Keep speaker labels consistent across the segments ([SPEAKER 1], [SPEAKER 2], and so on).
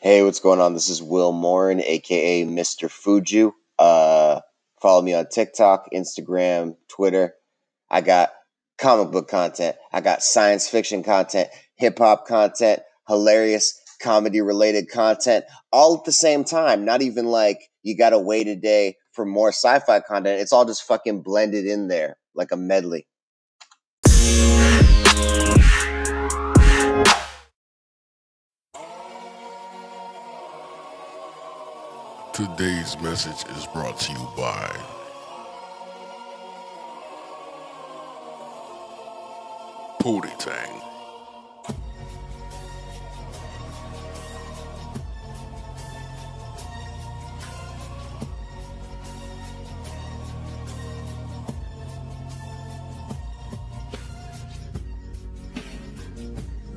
[SPEAKER 1] Hey, what's going on? This is Will Morin, aka Mr. Fuju. Uh, follow me on TikTok, Instagram, Twitter. I got comic book content, I got science fiction content, hip hop content, hilarious comedy related content, all at the same time. Not even like you got to wait a day for more sci fi content. It's all just fucking blended in there like a medley.
[SPEAKER 2] Today's message is brought to you by Pootie Tang.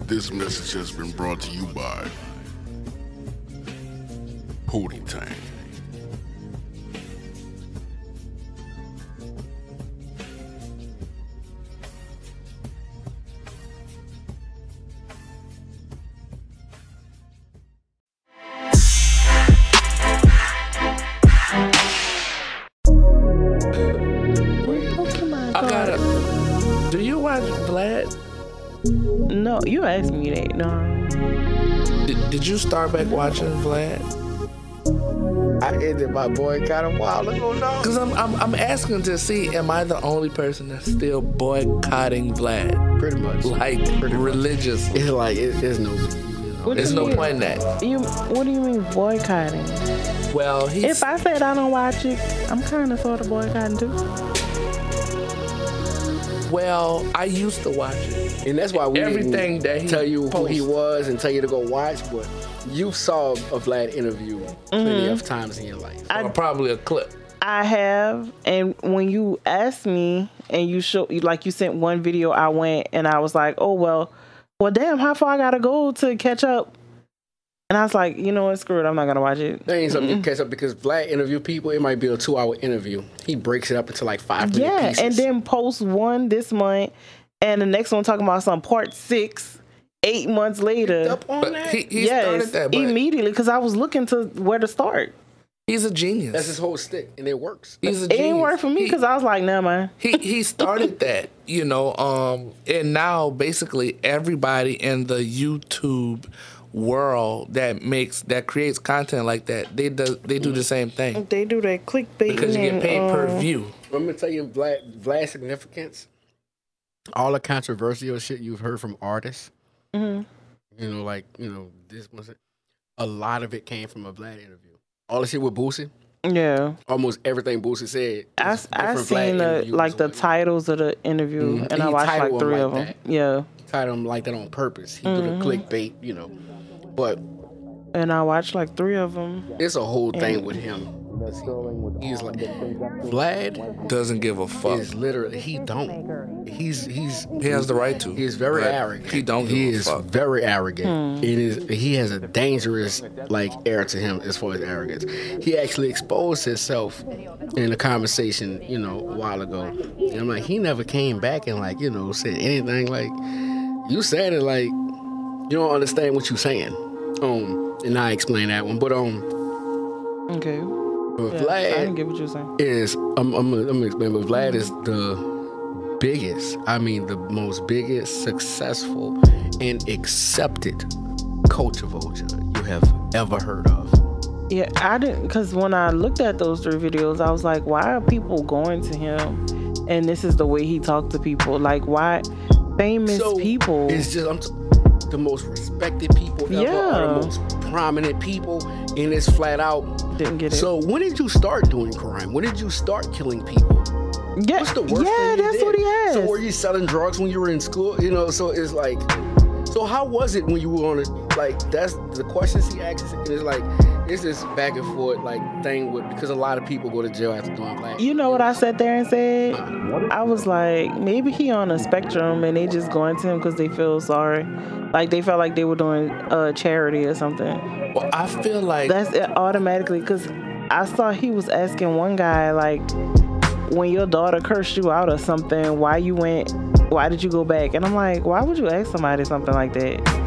[SPEAKER 2] This message has been brought to you by Pootie Tang.
[SPEAKER 3] Oh,
[SPEAKER 4] Pokemon I gotta. Do you watch Vlad?
[SPEAKER 3] No, you asked me that. No.
[SPEAKER 4] Did, did you start back watching Vlad?
[SPEAKER 5] I ended my boycott a while ago, dog.
[SPEAKER 4] Cause I'm, I'm I'm asking to see am I the only person that's still boycotting Vlad
[SPEAKER 5] Pretty much.
[SPEAKER 4] like religiously?
[SPEAKER 5] It's like it, it's no.
[SPEAKER 3] What
[SPEAKER 4] There's
[SPEAKER 3] do you
[SPEAKER 4] no
[SPEAKER 3] mean?
[SPEAKER 4] point in that.
[SPEAKER 3] You, what do you mean boycotting?
[SPEAKER 4] Well, he's
[SPEAKER 3] If I said I don't watch it, I'm kind of sort of boycotting too.
[SPEAKER 4] well. I used to watch it.
[SPEAKER 5] And that's why we
[SPEAKER 4] Everything
[SPEAKER 5] didn't
[SPEAKER 4] that he
[SPEAKER 5] tell you who he
[SPEAKER 4] posts.
[SPEAKER 5] was and tell you to go watch. But you saw a Vlad interview plenty
[SPEAKER 3] Mm-hmm.
[SPEAKER 5] of times in your life.
[SPEAKER 4] Or uh, probably a clip.
[SPEAKER 3] I have, and when you asked me and you show, like you sent one video, I went and I was like, oh well, well damn, how far I gotta go to catch up? And I was like, you know what, screw it, I'm not gonna watch it.
[SPEAKER 5] That ain't something
[SPEAKER 3] Mm-hmm.
[SPEAKER 5] you catch up because Vlad interview people. It might be a two-hour interview. He breaks it up into like five minute
[SPEAKER 3] Yeah,
[SPEAKER 5] pieces.
[SPEAKER 3] and then post one this month, and the next one talking about some part six, eight months later.
[SPEAKER 5] up on
[SPEAKER 4] But
[SPEAKER 5] that.
[SPEAKER 4] he, he started
[SPEAKER 3] yes,
[SPEAKER 4] that. But
[SPEAKER 3] immediately because I was looking to where to start.
[SPEAKER 4] he's a genius.
[SPEAKER 5] that's his whole stick, and it works.
[SPEAKER 4] he's a
[SPEAKER 3] It
[SPEAKER 4] genius.
[SPEAKER 3] ain't work for me
[SPEAKER 4] He-
[SPEAKER 3] because I was like, nah, man.
[SPEAKER 4] he he started that, you know, um, and now basically everybody in the YouTube world that makes that creates content like that, they do they do the same thing
[SPEAKER 3] They do that clickbait um,
[SPEAKER 4] because you get paid
[SPEAKER 3] uh,
[SPEAKER 4] per view.
[SPEAKER 5] I'm gonna tell you Vlad, Vlad's significance. All the controversial shit you've heard from artists, you know, like you know this was a lot of it came from a Vlad interview. All the shit with Boosie,
[SPEAKER 3] Mm-hmm. Yeah,
[SPEAKER 5] almost everything Boosie said.
[SPEAKER 3] I,
[SPEAKER 5] was
[SPEAKER 3] I
[SPEAKER 5] different Vlad
[SPEAKER 3] seen the
[SPEAKER 5] interviews
[SPEAKER 3] like
[SPEAKER 5] or
[SPEAKER 3] the
[SPEAKER 5] whatever.
[SPEAKER 3] titles of the interview,
[SPEAKER 4] Mm-hmm.
[SPEAKER 5] Mhm.
[SPEAKER 3] and I
[SPEAKER 5] He
[SPEAKER 3] watched
[SPEAKER 5] titled
[SPEAKER 3] like
[SPEAKER 5] them
[SPEAKER 3] three
[SPEAKER 5] like
[SPEAKER 3] of them.
[SPEAKER 5] that.
[SPEAKER 3] Yeah,
[SPEAKER 5] Titled him like that on purpose. He did
[SPEAKER 3] Mm-hmm.
[SPEAKER 5] a clickbait, you know. But
[SPEAKER 3] and I watched like three of them.
[SPEAKER 5] it's a whole thing with him. He's like Vlad
[SPEAKER 4] Doesn't give a fuck.
[SPEAKER 5] is literally he don't. He's he's
[SPEAKER 4] He has the right to.
[SPEAKER 5] He's very
[SPEAKER 4] but
[SPEAKER 5] arrogant.
[SPEAKER 4] He don't give
[SPEAKER 5] He
[SPEAKER 4] a
[SPEAKER 5] is
[SPEAKER 4] fuck.
[SPEAKER 5] very arrogant.
[SPEAKER 3] Hmm.
[SPEAKER 5] It is. He has a dangerous like air to him as far as arrogance. He actually exposed himself in a conversation, you know, a while ago. And I'm like, he never came back and like, you know, said anything like, you said it like, you don't understand what you're saying. Um, and I explained that one, but um,
[SPEAKER 3] Okay,
[SPEAKER 5] but
[SPEAKER 3] yeah, I
[SPEAKER 5] Vlad
[SPEAKER 3] didn't get what you were saying.
[SPEAKER 5] is I'm I'm I'm gonna explain, but Vlad is the biggest. I mean, the most biggest, successful, and accepted culture vulture you have ever heard of.
[SPEAKER 3] Yeah, I didn't because when I looked at those three videos, I was like, why are people going to him? And this is the way he talked to people. Like, why famous people?
[SPEAKER 5] It's just I'm t- the most respected people ever,
[SPEAKER 3] Yeah.
[SPEAKER 5] are the most prominent people, and it's flat out.
[SPEAKER 3] Didn't get it.
[SPEAKER 5] So when did you start doing crime? When did you start killing people?
[SPEAKER 3] yeah,
[SPEAKER 5] What's the worst
[SPEAKER 3] yeah,
[SPEAKER 5] thing you
[SPEAKER 3] that's
[SPEAKER 5] did?
[SPEAKER 3] what he asked.
[SPEAKER 5] So were you selling drugs when you were in school? You know, so it's like, so how was it when you were on it? Like that's the questions he asks. Is like, it's this back and forth like thing with because a lot of people go to jail after doing black.
[SPEAKER 3] you know what I sat there and said? I was like, maybe he on a spectrum and they just going to him because they feel sorry, like they felt like they were doing uh, charity or something.
[SPEAKER 4] Well, I feel like
[SPEAKER 3] That's it automatically because I saw he was asking one guy like, when your daughter cursed you out or something, why you went, why did you go back? And I'm like, why would you ask somebody something like that?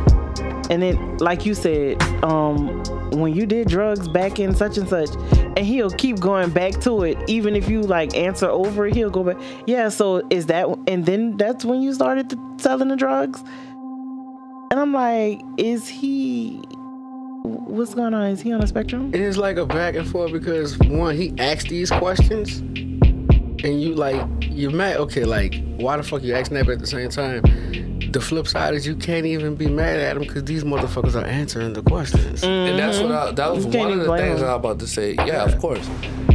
[SPEAKER 3] And then, like you said, um, when you did drugs back in such and such, and he'll keep going back to it, even if you like answer over, he'll go back. Yeah, so is that, and then that's when you started the, selling the drugs? And I'm like, is he, what's going on? Is he on a spectrum?
[SPEAKER 5] And it's like a back and forth because one, he asked these questions, and you like you mad. Okay, like why the fuck you asking that? But at the same time, the flip side is you can't even be mad at him because these motherfuckers are answering the questions.
[SPEAKER 4] And that's what I, that was
[SPEAKER 3] Mm-hmm. You can't
[SPEAKER 4] one of
[SPEAKER 3] even
[SPEAKER 4] the
[SPEAKER 3] blame
[SPEAKER 4] things
[SPEAKER 3] him.
[SPEAKER 4] I was about to say. Yeah, of course.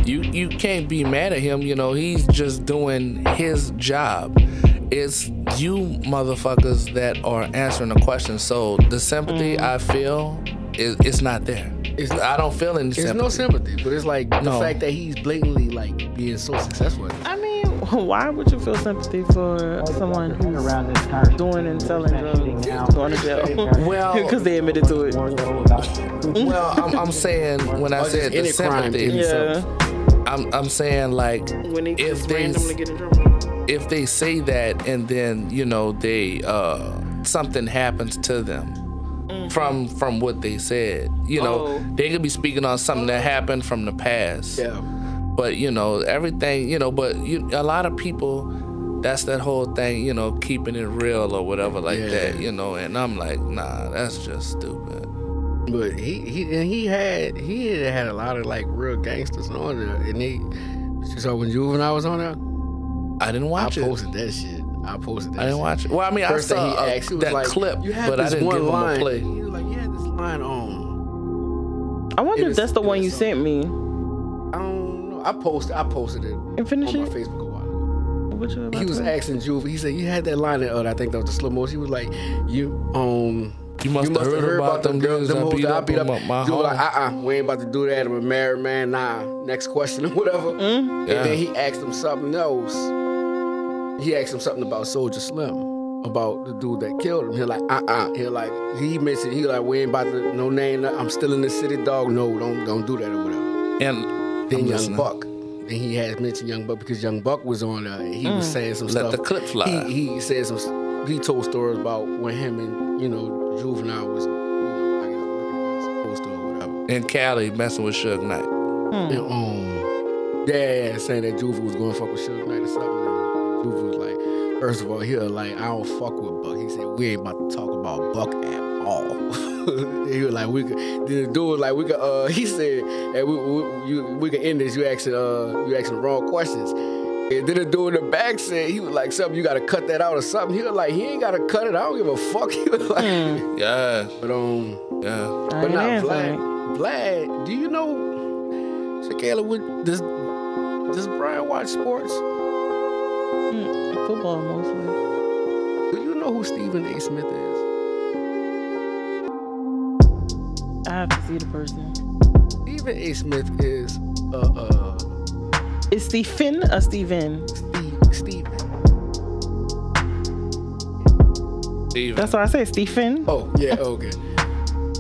[SPEAKER 4] You you can't be mad at him. You know, he's just doing his job. It's you motherfuckers that are answering the question. So the sympathy
[SPEAKER 3] Mm-hmm.
[SPEAKER 4] I feel is it's not there.
[SPEAKER 5] It's-
[SPEAKER 4] I don't feel any
[SPEAKER 5] It's
[SPEAKER 4] sympathy.
[SPEAKER 5] no sympathy, but it's like the
[SPEAKER 4] No.
[SPEAKER 5] fact that he's blatantly like being so successful. at it.
[SPEAKER 3] I mean, why would you feel sympathy for someone who's doing and selling drugs going to jail?
[SPEAKER 4] Well-
[SPEAKER 3] because they admitted to it.
[SPEAKER 4] well, I'm, I'm saying when I
[SPEAKER 5] Or just
[SPEAKER 4] said the
[SPEAKER 5] any crime
[SPEAKER 4] sympathy,
[SPEAKER 5] in itself.
[SPEAKER 3] Yeah,
[SPEAKER 4] I'm I'm saying like
[SPEAKER 3] when they
[SPEAKER 4] If
[SPEAKER 3] just
[SPEAKER 4] they-
[SPEAKER 3] randomly get in trouble.
[SPEAKER 4] if they say that and then you know they uh something happens to them
[SPEAKER 5] Mm-hmm.
[SPEAKER 4] from from what they said you know
[SPEAKER 3] Oh.
[SPEAKER 4] they could be speaking on something that happened from the past
[SPEAKER 5] Yeah,
[SPEAKER 4] but you know everything you know but you, a lot of people that's that whole thing you know keeping it real or whatever like
[SPEAKER 5] Yeah.
[SPEAKER 4] that you know and i'm like nah that's just stupid
[SPEAKER 5] but he he and he had he had had a lot of like real gangsters on there, and they. So when Juvenile was on there,
[SPEAKER 4] i didn't
[SPEAKER 5] I
[SPEAKER 4] watch it
[SPEAKER 5] posted that shit. I posted that.
[SPEAKER 4] i didn't
[SPEAKER 5] shit.
[SPEAKER 4] watch it well i mean
[SPEAKER 5] First
[SPEAKER 4] i
[SPEAKER 5] thing he
[SPEAKER 4] saw uh,
[SPEAKER 5] asked, he was
[SPEAKER 4] that
[SPEAKER 5] like,
[SPEAKER 4] clip
[SPEAKER 5] "You had
[SPEAKER 4] but i
[SPEAKER 5] this
[SPEAKER 4] didn't
[SPEAKER 5] one
[SPEAKER 4] give
[SPEAKER 5] line.
[SPEAKER 4] him a play
[SPEAKER 5] He was like, "You had this line on."
[SPEAKER 3] I wonder
[SPEAKER 5] It
[SPEAKER 3] if
[SPEAKER 5] was-
[SPEAKER 3] that's the
[SPEAKER 5] it
[SPEAKER 3] one
[SPEAKER 5] was
[SPEAKER 3] you
[SPEAKER 5] so-
[SPEAKER 3] sent me.
[SPEAKER 5] I don't know. I posted. I posted it on
[SPEAKER 3] And
[SPEAKER 5] my
[SPEAKER 3] finish it.
[SPEAKER 5] Facebook a while ago.
[SPEAKER 3] What you about
[SPEAKER 5] He was
[SPEAKER 3] to-
[SPEAKER 5] asking Juve. He said, "You had that line in uh, I think that was the slow motion." He was like, "You um."
[SPEAKER 4] you must, have heard, about them girls that
[SPEAKER 5] hoes
[SPEAKER 4] beat up, on my, my
[SPEAKER 5] You were like,
[SPEAKER 4] home.
[SPEAKER 5] uh-uh, we ain't about to do that. I'm a married man. Nah, next question or whatever.
[SPEAKER 3] Mm-hmm.
[SPEAKER 4] Yeah.
[SPEAKER 5] And then he asked him something else. He asked him something about Soldier Slim, about the dude that killed him. He like, uh-uh. He like, he mentioned, he like, we ain't about to, no name, no- I'm still in the city, dog. No, don't, don't do that or whatever.
[SPEAKER 4] and
[SPEAKER 5] Then
[SPEAKER 4] I'm
[SPEAKER 5] Young
[SPEAKER 4] listening.
[SPEAKER 5] Buck. Then he had mentioned Young Buck because Young Buck was on there. and He was saying some
[SPEAKER 4] Mm. Let
[SPEAKER 5] stuff.
[SPEAKER 4] the clip fly.
[SPEAKER 5] He, he said some. He told stories about when him and you know Juvenile was, you know, I guess working at the post or whatever.
[SPEAKER 4] and Cali messing with Suge Knight.
[SPEAKER 5] And um, yeah, saying that Juve was going to fuck with Suge Knight or something. Juve was like, first of all, he was like, I don't fuck with Buck. He said we ain't about to talk about Buck at all. he was like, we could. Then the dude was like, we could. Uh, he said, hey, we, we, you, we could end this. You asking, uh, you asking the wrong questions. And then the dude in the back said he was like, "Something you gotta cut that out or something." He was like, "He ain't gotta cut it. I don't give a fuck." He was like,
[SPEAKER 3] Mm.
[SPEAKER 4] Yeah,
[SPEAKER 5] "But um,
[SPEAKER 4] yeah.
[SPEAKER 3] I
[SPEAKER 5] but
[SPEAKER 3] ain't
[SPEAKER 5] not
[SPEAKER 3] answering.
[SPEAKER 5] Vlad. Vlad, do you know, Shakela? Would does does Brian watch sports?
[SPEAKER 3] Football mostly.
[SPEAKER 5] Do you know who Stephen A. Smith is?
[SPEAKER 3] I have to see the person.
[SPEAKER 5] Stephen A. Smith is uh uh
[SPEAKER 3] Is Stephen or Steven?
[SPEAKER 5] Steve Stephen.
[SPEAKER 4] Steven.
[SPEAKER 3] That's what I said, Stephen.
[SPEAKER 5] Oh yeah, okay.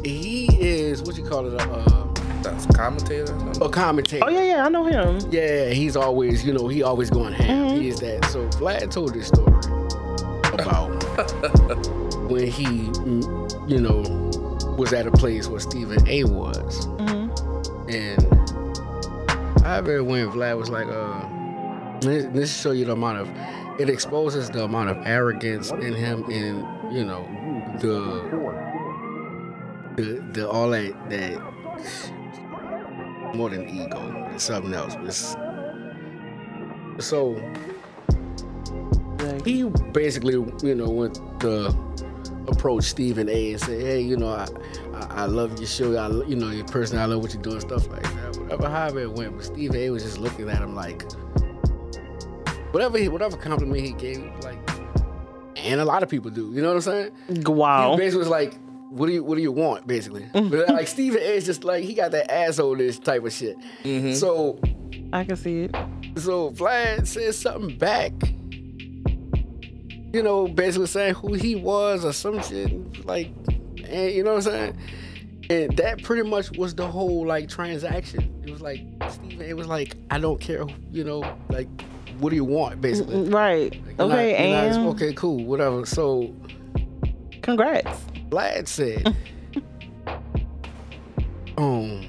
[SPEAKER 5] He is what you call it a,
[SPEAKER 4] That's commentator.
[SPEAKER 5] uh, a commentator.
[SPEAKER 3] Oh yeah, yeah, I know him.
[SPEAKER 5] Yeah, he's always, you know, he always going ham.
[SPEAKER 3] Mm-hmm.
[SPEAKER 5] He is that. So Vlad told this story about when he, mm, you know, was at a place where Stephen A. was,
[SPEAKER 3] Mm-hmm.
[SPEAKER 5] and I remember when Vlad was like, uh, this, this show you the amount of, it exposes the amount of arrogance in him, and you know, the, the, the all that that more than ego. It's something else. It's, so
[SPEAKER 3] Like,
[SPEAKER 5] he basically, you know, went the approach Stephen A. and said, "Hey, you know, I, I, I love your show. I, lo- you know, your person. I love what you're doing, stuff like that. Whatever, however it went." But Stephen A. was just looking at him like, whatever, he, whatever compliment he gave, like, and a lot of people do. You know what I'm saying?
[SPEAKER 3] wow.
[SPEAKER 5] He basically was like, "What do you What do you want?" Basically, but like Stephen A. is just like he got that asshole-ish type of shit. So
[SPEAKER 3] I can see it.
[SPEAKER 5] so Vlad said something back. You know, basically saying who he was or some shit. Like, and you know what I'm saying? And that pretty much was the whole like transaction. It was like Steven, it was like, I don't care, who- you know, like what do you want, basically.
[SPEAKER 3] Mm, Right.
[SPEAKER 5] Like, you're
[SPEAKER 3] Okay,
[SPEAKER 5] not- you're not-
[SPEAKER 3] and
[SPEAKER 5] okay, cool, whatever. So
[SPEAKER 3] Congrats.
[SPEAKER 5] Vlad said. um,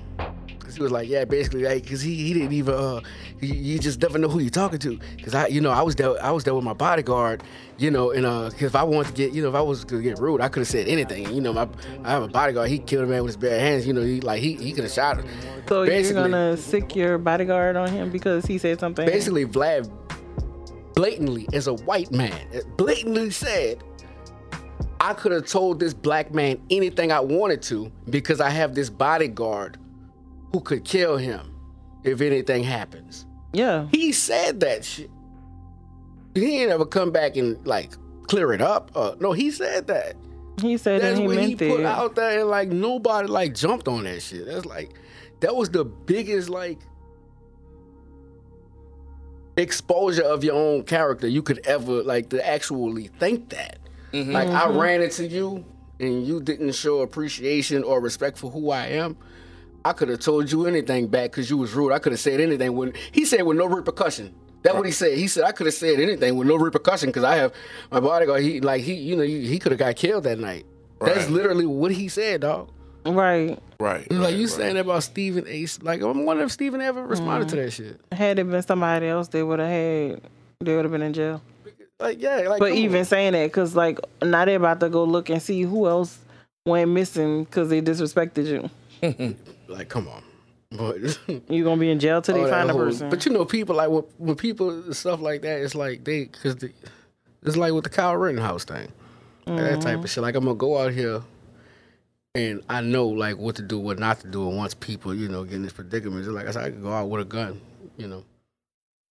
[SPEAKER 5] cause he was like, yeah, basically, like, cause he, he didn't even uh, you, you just never know who you're talking to, cause I, you know, I was there, I was there with my bodyguard, you know, and uh, cause if I wanted to get, you know, if I was gonna get rude, I could have said anything, you know, my, I have a bodyguard, he killed a man with his bare hands, you know, he like he, he could have shot him.
[SPEAKER 3] So
[SPEAKER 5] Basically-
[SPEAKER 3] you're gonna sick your bodyguard on him because he said something.
[SPEAKER 5] Basically, Vlad blatantly, as a white man, blatantly said, I could have told this black man anything I wanted to because I have this bodyguard who could kill him if anything happens.
[SPEAKER 3] yeah.
[SPEAKER 5] He said that shit. He ain't ever come back and like clear it up. Uh, no, he said that.
[SPEAKER 3] He said that
[SPEAKER 5] That's
[SPEAKER 3] he
[SPEAKER 5] what he
[SPEAKER 3] meant
[SPEAKER 5] put
[SPEAKER 3] it.
[SPEAKER 5] out there, and like nobody like jumped on that shit. That's like that was the biggest like exposure of your own character you could ever like to actually think that. Like I
[SPEAKER 3] Mm-hmm.
[SPEAKER 5] ran into you and you didn't show appreciation or respect for who I am. I could have told you anything back because you was rude. I could have said anything when he said with no repercussion. That's what he said. He said I could have said anything with no repercussion because I have my bodyguard. He like he you know he, he could have got killed that night. That's
[SPEAKER 4] Right.
[SPEAKER 5] literally what he said, dog.
[SPEAKER 3] Right.
[SPEAKER 4] Right.
[SPEAKER 5] Like
[SPEAKER 4] right,
[SPEAKER 5] you
[SPEAKER 4] right.
[SPEAKER 5] saying about Stephen Ace. Like I'm wondering if Stephen ever responded
[SPEAKER 3] Mm-hmm.
[SPEAKER 5] to that shit.
[SPEAKER 3] Had it been somebody else, they would have had. They would have been in jail.
[SPEAKER 5] Like yeah, like
[SPEAKER 3] But
[SPEAKER 5] come on.
[SPEAKER 3] even saying that, because like now they're about to go look and see who else went missing because they disrespected you.
[SPEAKER 5] like come on, but
[SPEAKER 3] You're gonna be in jail till
[SPEAKER 5] all
[SPEAKER 3] they
[SPEAKER 5] Oh, that
[SPEAKER 3] find a
[SPEAKER 5] whole-
[SPEAKER 3] person.
[SPEAKER 5] But you know, people like when, when people stuff like that, it's like they because the, it's like with the Kyle Rittenhouse thing, Like, that type of shit. Like I'm gonna go out here, and I know like what to do, what not to do, and once people you know get in this predicament, it's like I said, I can go out with a gun, you know,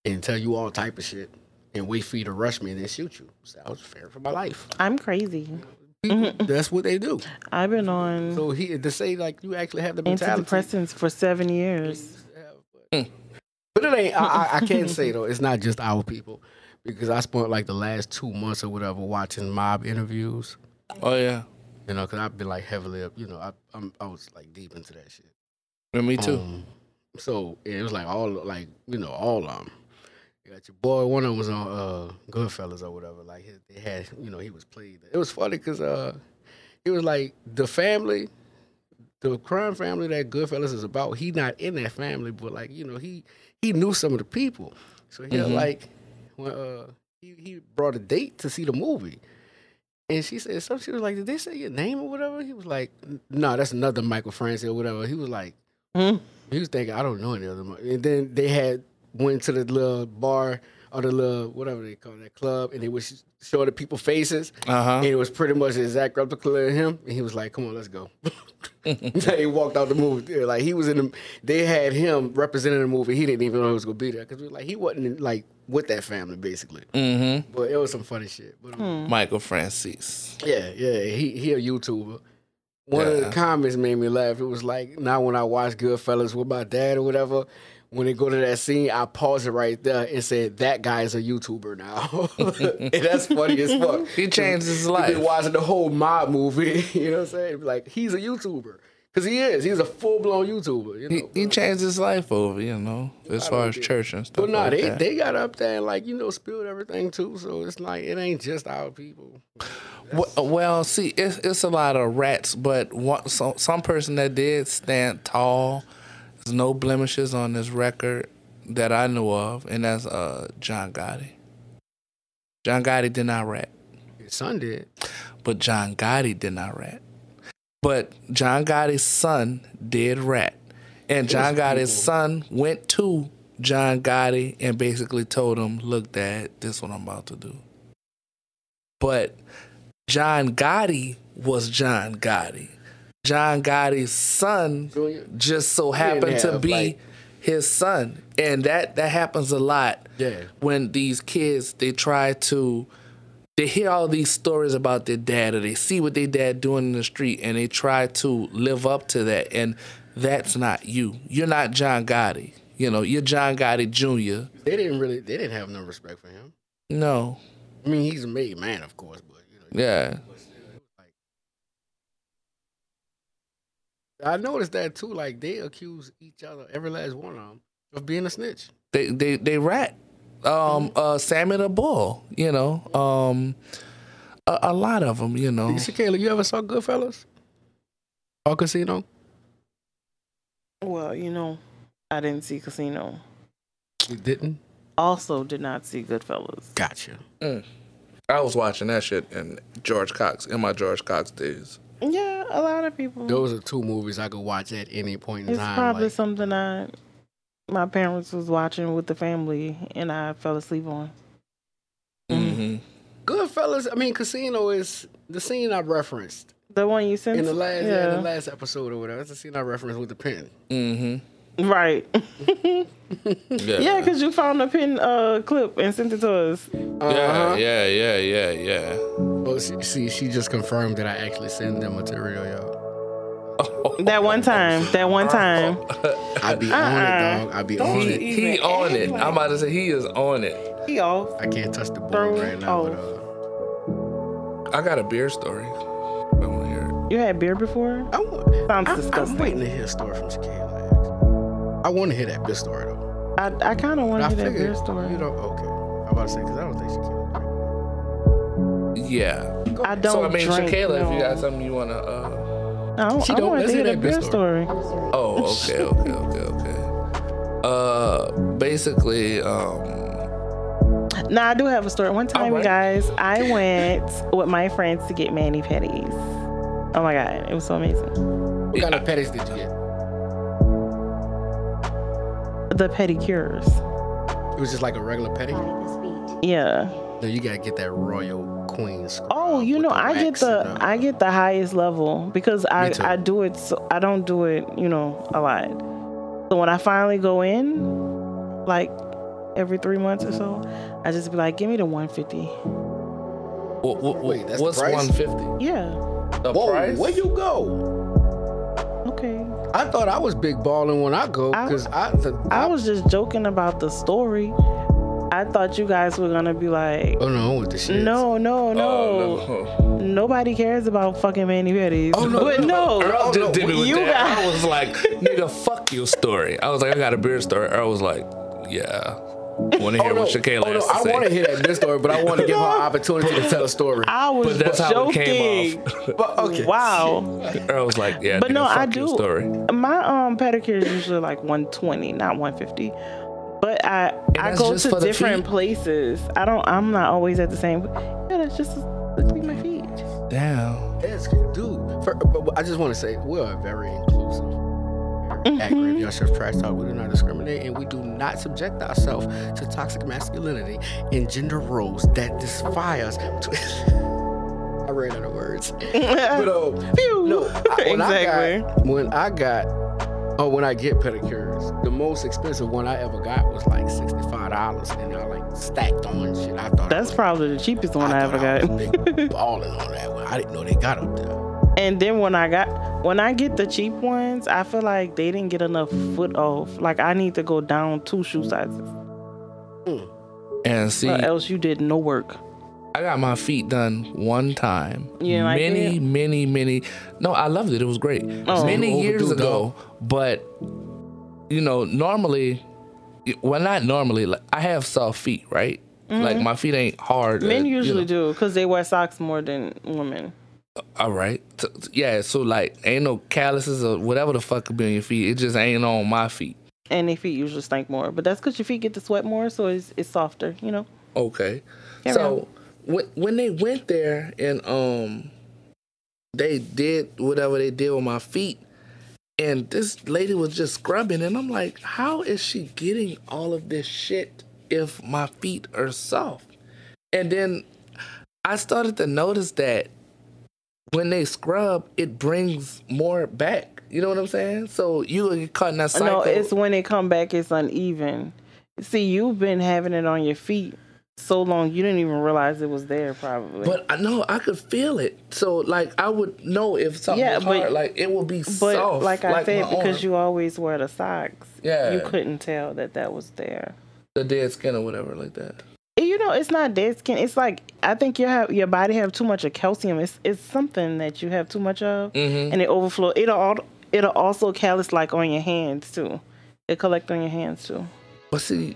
[SPEAKER 5] and tell you all type of shit, and wait for you to rush me and then shoot you. So I was fearing for my life.
[SPEAKER 3] I'm crazy.
[SPEAKER 5] People, that's what they do.
[SPEAKER 3] I've been on
[SPEAKER 5] So he to say like you actually have the mentality.
[SPEAKER 3] antidepressants for seven years.
[SPEAKER 5] But it ain't. I, I, I can't say though. It's not just our people because I spent like the last two months or whatever watching mob interviews.
[SPEAKER 4] Oh yeah.
[SPEAKER 5] You know, because I've been like heavily up. You know, I I'm, I was like deep into that shit.
[SPEAKER 4] Yeah, me too.
[SPEAKER 5] Um, so yeah, it was like all like you know all um. You got your boy. One of them was on uh Goodfellas or whatever. Like his, they had you know he was played. It was funny because uh it was like the family. The crime family that Goodfellas is about, he not in that family, but like you know, he he knew some of the people, so he
[SPEAKER 4] Mm-hmm.
[SPEAKER 5] like when uh he, he brought a date to see the movie, and she said something. She was like, "Did they say your name or whatever?" He was like, "No, that's another Michael Francis or whatever." He was like,
[SPEAKER 3] Hmm.
[SPEAKER 5] he was thinking, I don't know any other. mo-" And then they had went to the little bar or the little whatever they call that club, and they was showing the people faces,
[SPEAKER 4] Uh huh.
[SPEAKER 5] and it was pretty much the exact replica of him. And he was like, "Come on, let's go." they walked out the movie theater like he was in the. They had him representing the movie. He didn't even know he was gonna be there because like he wasn't in, like with that family basically.
[SPEAKER 4] Mm
[SPEAKER 5] But it was some funny shit. But, um,
[SPEAKER 4] hmm. Michael Francis.
[SPEAKER 5] yeah, yeah. He he a YouTuber. One of the
[SPEAKER 4] Yeah.
[SPEAKER 5] comments made me laugh. It was like, now when I watch Goodfellas with my dad or whatever, when they go to that scene, I pause it right there and said, that guy is a YouTuber now. and that's funny as fuck.
[SPEAKER 4] He changed his
[SPEAKER 5] He
[SPEAKER 4] life.
[SPEAKER 5] been watching the whole mob movie. You know what I'm saying? Like, he's a YouTuber. Because he is. He's a full-blown YouTuber. You know?
[SPEAKER 4] He, he changed his life over, you know, as far as church and stuff.
[SPEAKER 5] but no,
[SPEAKER 4] like
[SPEAKER 5] they,
[SPEAKER 4] that.
[SPEAKER 5] they got up there and, like, you know, spilled everything, too. So it's like, it ain't just our people.
[SPEAKER 4] Well- uh, Well, see, it's it's a lot of rats, but one, so, some person that did stand tall, there's no blemishes on this record that I know of, and that's uh, John Gotti. John Gotti did not rat,
[SPEAKER 5] His son did.
[SPEAKER 4] but John Gotti did not rat. But John Gotti's son did rat, and John Gotti's son went to John Gotti and basically told him, "Look, Dad, this is what I'm about to do." But John Gotti was John Gotti. John Gotti's son
[SPEAKER 5] Junior.
[SPEAKER 4] just so happened to
[SPEAKER 5] have,
[SPEAKER 4] be
[SPEAKER 5] like-
[SPEAKER 4] his son, and that that happens a lot.
[SPEAKER 5] Yeah.
[SPEAKER 4] When these kids they try to, they hear all these stories about their dad, or they see what their dad doing in the street, and they try to live up to that, and that's not you. You're not John Gotti. You know, you're John Gotti Jr.
[SPEAKER 5] They didn't really. They didn't have no respect for him.
[SPEAKER 4] No,
[SPEAKER 5] I mean, he's a made man, of course, but you know,
[SPEAKER 4] yeah,
[SPEAKER 5] I noticed that too. Like they accuse each other, every last one of them, of being a snitch.
[SPEAKER 4] they they they rat. Um, uh, Sammy the Bull. You know, um, a, a lot of them, you know.
[SPEAKER 5] So, Kayla, you ever saw Goodfellas? Or Casino?
[SPEAKER 3] Well, you know, I didn't see Casino.
[SPEAKER 5] You didn't?
[SPEAKER 3] Also, did not see Goodfellas.
[SPEAKER 5] Gotcha.
[SPEAKER 4] I was watching that shit in George Cox in my George Cox days.
[SPEAKER 3] Yeah, a lot of people.
[SPEAKER 5] Those are two movies I could watch at any point in
[SPEAKER 3] It's
[SPEAKER 5] time.
[SPEAKER 3] probably
[SPEAKER 5] like,
[SPEAKER 3] something I my parents was watching with the family, and I fell asleep on.
[SPEAKER 4] Mm-hmm.
[SPEAKER 5] Goodfellas, I mean, Casino is the scene I referenced
[SPEAKER 3] The one you sent
[SPEAKER 5] in the
[SPEAKER 3] to-
[SPEAKER 5] last, yeah. in the last episode or whatever. That's the scene I referenced with the pen.
[SPEAKER 4] Mm-hmm.
[SPEAKER 3] right.
[SPEAKER 4] Yeah.
[SPEAKER 3] yeah, because you found a pin uh, clip and sent it to us.
[SPEAKER 5] Uh-huh.
[SPEAKER 4] yeah, yeah, yeah, yeah, yeah.
[SPEAKER 5] Oh, see, see, she just confirmed that I actually sent them material, y'all.
[SPEAKER 3] That one time. That one time.
[SPEAKER 5] I be on it, dog. I be on
[SPEAKER 3] Uh-uh. Don't
[SPEAKER 5] it.
[SPEAKER 3] you
[SPEAKER 4] He,
[SPEAKER 3] even
[SPEAKER 4] on
[SPEAKER 3] act
[SPEAKER 4] it.
[SPEAKER 3] like-
[SPEAKER 4] I'm about to say he is on it.
[SPEAKER 3] He off.
[SPEAKER 5] I can't touch the
[SPEAKER 3] Throw
[SPEAKER 5] board
[SPEAKER 3] it
[SPEAKER 5] right now, but
[SPEAKER 3] off.
[SPEAKER 5] uh,
[SPEAKER 4] I got a beer story. I want to hear it.
[SPEAKER 3] You had beer before?
[SPEAKER 5] I want,
[SPEAKER 3] Sounds
[SPEAKER 5] I, I'm
[SPEAKER 3] disgusting.
[SPEAKER 5] waiting to hear a story from Shaquille. I want to hear that bitch story though.
[SPEAKER 3] I, I kind of
[SPEAKER 5] But
[SPEAKER 3] want
[SPEAKER 5] I
[SPEAKER 3] to hear that
[SPEAKER 5] figured
[SPEAKER 3] beer story.
[SPEAKER 5] you don't. Okay, I'm about to say because I don't think Shaquille.
[SPEAKER 4] Yeah.
[SPEAKER 3] I don't
[SPEAKER 4] so I mean,
[SPEAKER 3] drink.
[SPEAKER 4] Shakayla, if you
[SPEAKER 3] no.
[SPEAKER 4] got something you wanna. Uh...
[SPEAKER 3] I, don't,
[SPEAKER 5] She
[SPEAKER 3] I
[SPEAKER 5] don't-
[SPEAKER 3] want
[SPEAKER 5] let's
[SPEAKER 3] to
[SPEAKER 5] hear
[SPEAKER 3] hear
[SPEAKER 5] that
[SPEAKER 3] that beer
[SPEAKER 5] beer
[SPEAKER 3] story.
[SPEAKER 4] Oh, okay, okay, okay, okay. Uh, basically, um,
[SPEAKER 3] Now I do have a story. One time, you
[SPEAKER 4] Alright.
[SPEAKER 3] guys, I went with my friends to get mani pedis. Oh my god, it was so amazing.
[SPEAKER 5] What kind of petties did you get?
[SPEAKER 3] The pedicures.
[SPEAKER 5] It was just like a regular petty.
[SPEAKER 3] Yeah.
[SPEAKER 5] No, you gotta get that royal queen. scrub
[SPEAKER 3] Oh, you
[SPEAKER 5] with
[SPEAKER 3] know,
[SPEAKER 5] the
[SPEAKER 3] I get
[SPEAKER 5] wax
[SPEAKER 3] the
[SPEAKER 5] and
[SPEAKER 3] I get the highest level because I
[SPEAKER 5] too.
[SPEAKER 3] I do it so I don't do it you know a lot. So when I finally go in, like every three months or so, I just be like, give me the one fifty.
[SPEAKER 4] what, what,
[SPEAKER 5] Wait, that's the
[SPEAKER 4] what's
[SPEAKER 5] price?
[SPEAKER 4] 150?
[SPEAKER 3] Yeah.
[SPEAKER 4] The
[SPEAKER 5] Whoa,
[SPEAKER 4] price?
[SPEAKER 5] where you go?
[SPEAKER 3] Okay.
[SPEAKER 5] I thought I was big balling when I go
[SPEAKER 3] I-
[SPEAKER 5] because I, the-
[SPEAKER 3] I was just joking about the story. I thought you guys were gonna be like,
[SPEAKER 5] Oh no, with the shit.
[SPEAKER 3] no, no, no.
[SPEAKER 4] Oh,
[SPEAKER 3] Nobody cares about fucking Manny Petties.
[SPEAKER 5] Oh, no,
[SPEAKER 3] but no,
[SPEAKER 4] Earl
[SPEAKER 5] Oh,
[SPEAKER 4] just
[SPEAKER 5] no,
[SPEAKER 4] did me with
[SPEAKER 3] you
[SPEAKER 4] that.
[SPEAKER 3] got-
[SPEAKER 4] I was like, nigga, fuck your story. I was like, I got a beer story. Earl was like, yeah. Want to hear what Shakayla
[SPEAKER 5] oh,
[SPEAKER 4] has
[SPEAKER 5] no,
[SPEAKER 4] to
[SPEAKER 5] I
[SPEAKER 4] say.
[SPEAKER 5] want to hear that bitch story, but I want to give her an opportunity to tell a story.
[SPEAKER 3] I was
[SPEAKER 4] but that's how it
[SPEAKER 3] joking.
[SPEAKER 4] came off.
[SPEAKER 5] But okay,
[SPEAKER 3] Wow.
[SPEAKER 4] Earl was like, yeah,
[SPEAKER 3] But
[SPEAKER 4] nigga,
[SPEAKER 3] no,
[SPEAKER 4] fuck
[SPEAKER 3] I
[SPEAKER 4] your
[SPEAKER 3] do-
[SPEAKER 4] story. And
[SPEAKER 3] My um pedicure is usually like 120, not 150. But I I
[SPEAKER 4] that's
[SPEAKER 3] go
[SPEAKER 4] just
[SPEAKER 3] to
[SPEAKER 4] for the
[SPEAKER 3] different
[SPEAKER 4] feet?
[SPEAKER 3] places. I don't. I'm not always at the same. Yeah, that's just that's be my feet.
[SPEAKER 4] Damn.
[SPEAKER 5] That's good, dude. For, but, but I just want to say we are very inclusive.
[SPEAKER 3] Mm-hmm.
[SPEAKER 5] Accurate, your shift trash talk. We do not discriminate, and we do not subject ourselves to toxic masculinity and gender roles that defy us. To, I ran out of words. But um,
[SPEAKER 3] Phew.
[SPEAKER 5] no, I- when I
[SPEAKER 3] exactly.
[SPEAKER 5] got when I got oh when I get pedicures, the most expensive one I ever got was like sixty five dollars, and I like stacked on shit. I thought I
[SPEAKER 3] That's
[SPEAKER 5] was-
[SPEAKER 3] probably the cheapest one I, ever
[SPEAKER 5] thought
[SPEAKER 3] got.
[SPEAKER 5] was big balling on that one. I didn't know they got up there.
[SPEAKER 3] And then when I got when I get the cheap ones, I feel like they didn't get enough foot off. Like I need to go down two shoe sizes,
[SPEAKER 4] And see,
[SPEAKER 3] or else you did no work.
[SPEAKER 4] I got my feet done one time.
[SPEAKER 3] You didn't like
[SPEAKER 4] many,
[SPEAKER 3] it?
[SPEAKER 4] many, many. No, I loved it. It was great.
[SPEAKER 3] Oh.
[SPEAKER 4] Many
[SPEAKER 5] Overdue,
[SPEAKER 4] years ago, but you know, normally, well, not normally. Like, I have soft feet, right? Like my feet ain't hard.
[SPEAKER 3] Mm-hmm. Men
[SPEAKER 4] uh, you
[SPEAKER 3] usually
[SPEAKER 4] know.
[SPEAKER 3] do because they wear socks more than women.
[SPEAKER 4] All right. So- yeah. So like, ain't no calluses or whatever the fuck could be on your feet. It just ain't on my feet.
[SPEAKER 3] and their feet usually stink more. But that's because your feet get to sweat more, so it's, it's softer, you know.
[SPEAKER 4] Okay.
[SPEAKER 3] Carry
[SPEAKER 4] so when when they went there and um they did whatever they did with my feet and this lady was just scrubbing and I'm like, how is she getting all of this shit if my feet are soft? And then I started to notice that when they scrub, it brings more back. You know what I'm saying? So you would get caught in that cycle.
[SPEAKER 3] No, it's when they come back, it's uneven. See, you've been having it on your feet so long, you didn't even realize it was there, probably.
[SPEAKER 4] But I know I could feel it. So like I would know if something
[SPEAKER 3] Yeah,
[SPEAKER 4] was
[SPEAKER 3] but-
[SPEAKER 4] hard. Like it would be
[SPEAKER 3] But
[SPEAKER 4] soft.
[SPEAKER 3] like I said,
[SPEAKER 4] my
[SPEAKER 3] because
[SPEAKER 4] arm,
[SPEAKER 3] you always wear the socks,
[SPEAKER 4] Yeah.
[SPEAKER 3] you couldn't tell that that was there.
[SPEAKER 4] the dead skin or whatever like that.
[SPEAKER 3] And You know, it's not dead skin. It's like I think you have your body have too much of calcium. It's it's something that you have too much of,
[SPEAKER 4] Mm-hmm.
[SPEAKER 3] and it overflow. It'll all it'll also callus like on your hands too. It collect on your hands too.
[SPEAKER 4] But see,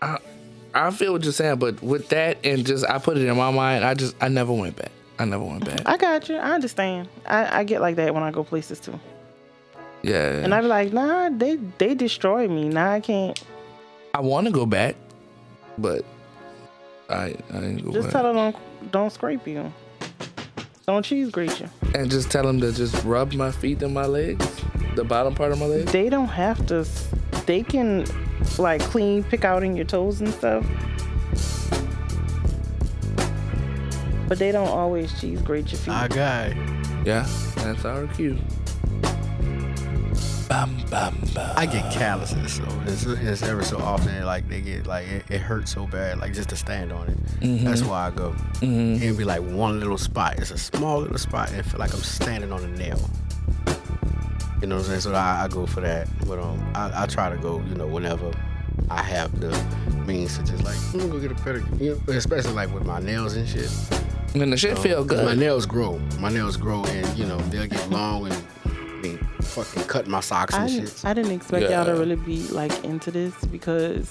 [SPEAKER 4] I I feel what you're saying. But with that and just I put it in my mind. I just I never went back. I never went back.
[SPEAKER 3] I got you. I understand. I, I get like that when I go places too.
[SPEAKER 4] Yeah.
[SPEAKER 3] And I be like, nah, they they destroy me. Nah, I can't.
[SPEAKER 4] I want to go back, but I I ain't go
[SPEAKER 3] Just
[SPEAKER 4] back.
[SPEAKER 3] tell them don't, don't scrape you. Don't cheese grate you.
[SPEAKER 4] and just tell them to just rub my feet and my legs, the bottom part of my legs.
[SPEAKER 3] They don't have to. s- They can like clean, pick out in your toes and stuff. But they don't always cheese grate your feet.
[SPEAKER 5] Our guy.
[SPEAKER 4] Yeah, that's our cue. Bum bum bum.
[SPEAKER 5] I get calluses, so it's, it's ever so often like they get like it, it hurts so bad, like just to stand on it.
[SPEAKER 4] Mm-hmm.
[SPEAKER 5] That's why I go. mm It'd be like one little spot. It's a small little spot, and I feel like I'm standing on a nail. You know what I'm saying? So I, I go for that, but um, I, I try to go, you know, whenever I have the means to just like I'm gonna go get a pedicure, you know, especially like with my nails and shit. Um,
[SPEAKER 4] And the
[SPEAKER 5] Oh,
[SPEAKER 4] shit feel
[SPEAKER 5] My
[SPEAKER 4] good.
[SPEAKER 5] nails grow. My nails grow, and you know they'll get long and they fucking cut my socks
[SPEAKER 3] I
[SPEAKER 5] and
[SPEAKER 3] didn't,
[SPEAKER 5] shit.
[SPEAKER 3] I didn't expect y'all
[SPEAKER 4] Yeah.
[SPEAKER 3] to really be like into this because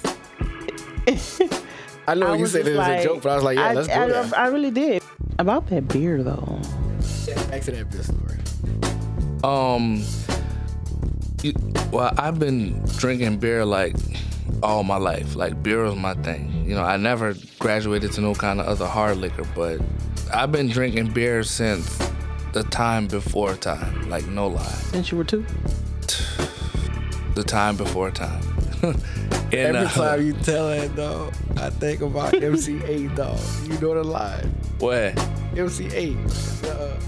[SPEAKER 5] I know
[SPEAKER 3] I
[SPEAKER 5] you
[SPEAKER 3] was
[SPEAKER 5] said it
[SPEAKER 3] just
[SPEAKER 5] was a joke, but I was like, yeah, let's
[SPEAKER 3] I,
[SPEAKER 5] go there.
[SPEAKER 3] I really did. About that beer though,
[SPEAKER 5] Back to that beer story.
[SPEAKER 4] Um, you, well, I've been drinking beer like all my life. Like beer was my thing. You know, I never graduated to no kind of other hard liquor, but I've been drinking beer since the time before time. Like no lie,
[SPEAKER 3] since you were two,
[SPEAKER 4] the time before time. and,
[SPEAKER 5] Every
[SPEAKER 4] uh,
[SPEAKER 5] time you tell that dog, I think about MC8 dog. You know the line.
[SPEAKER 4] what?
[SPEAKER 5] MC8. Uh,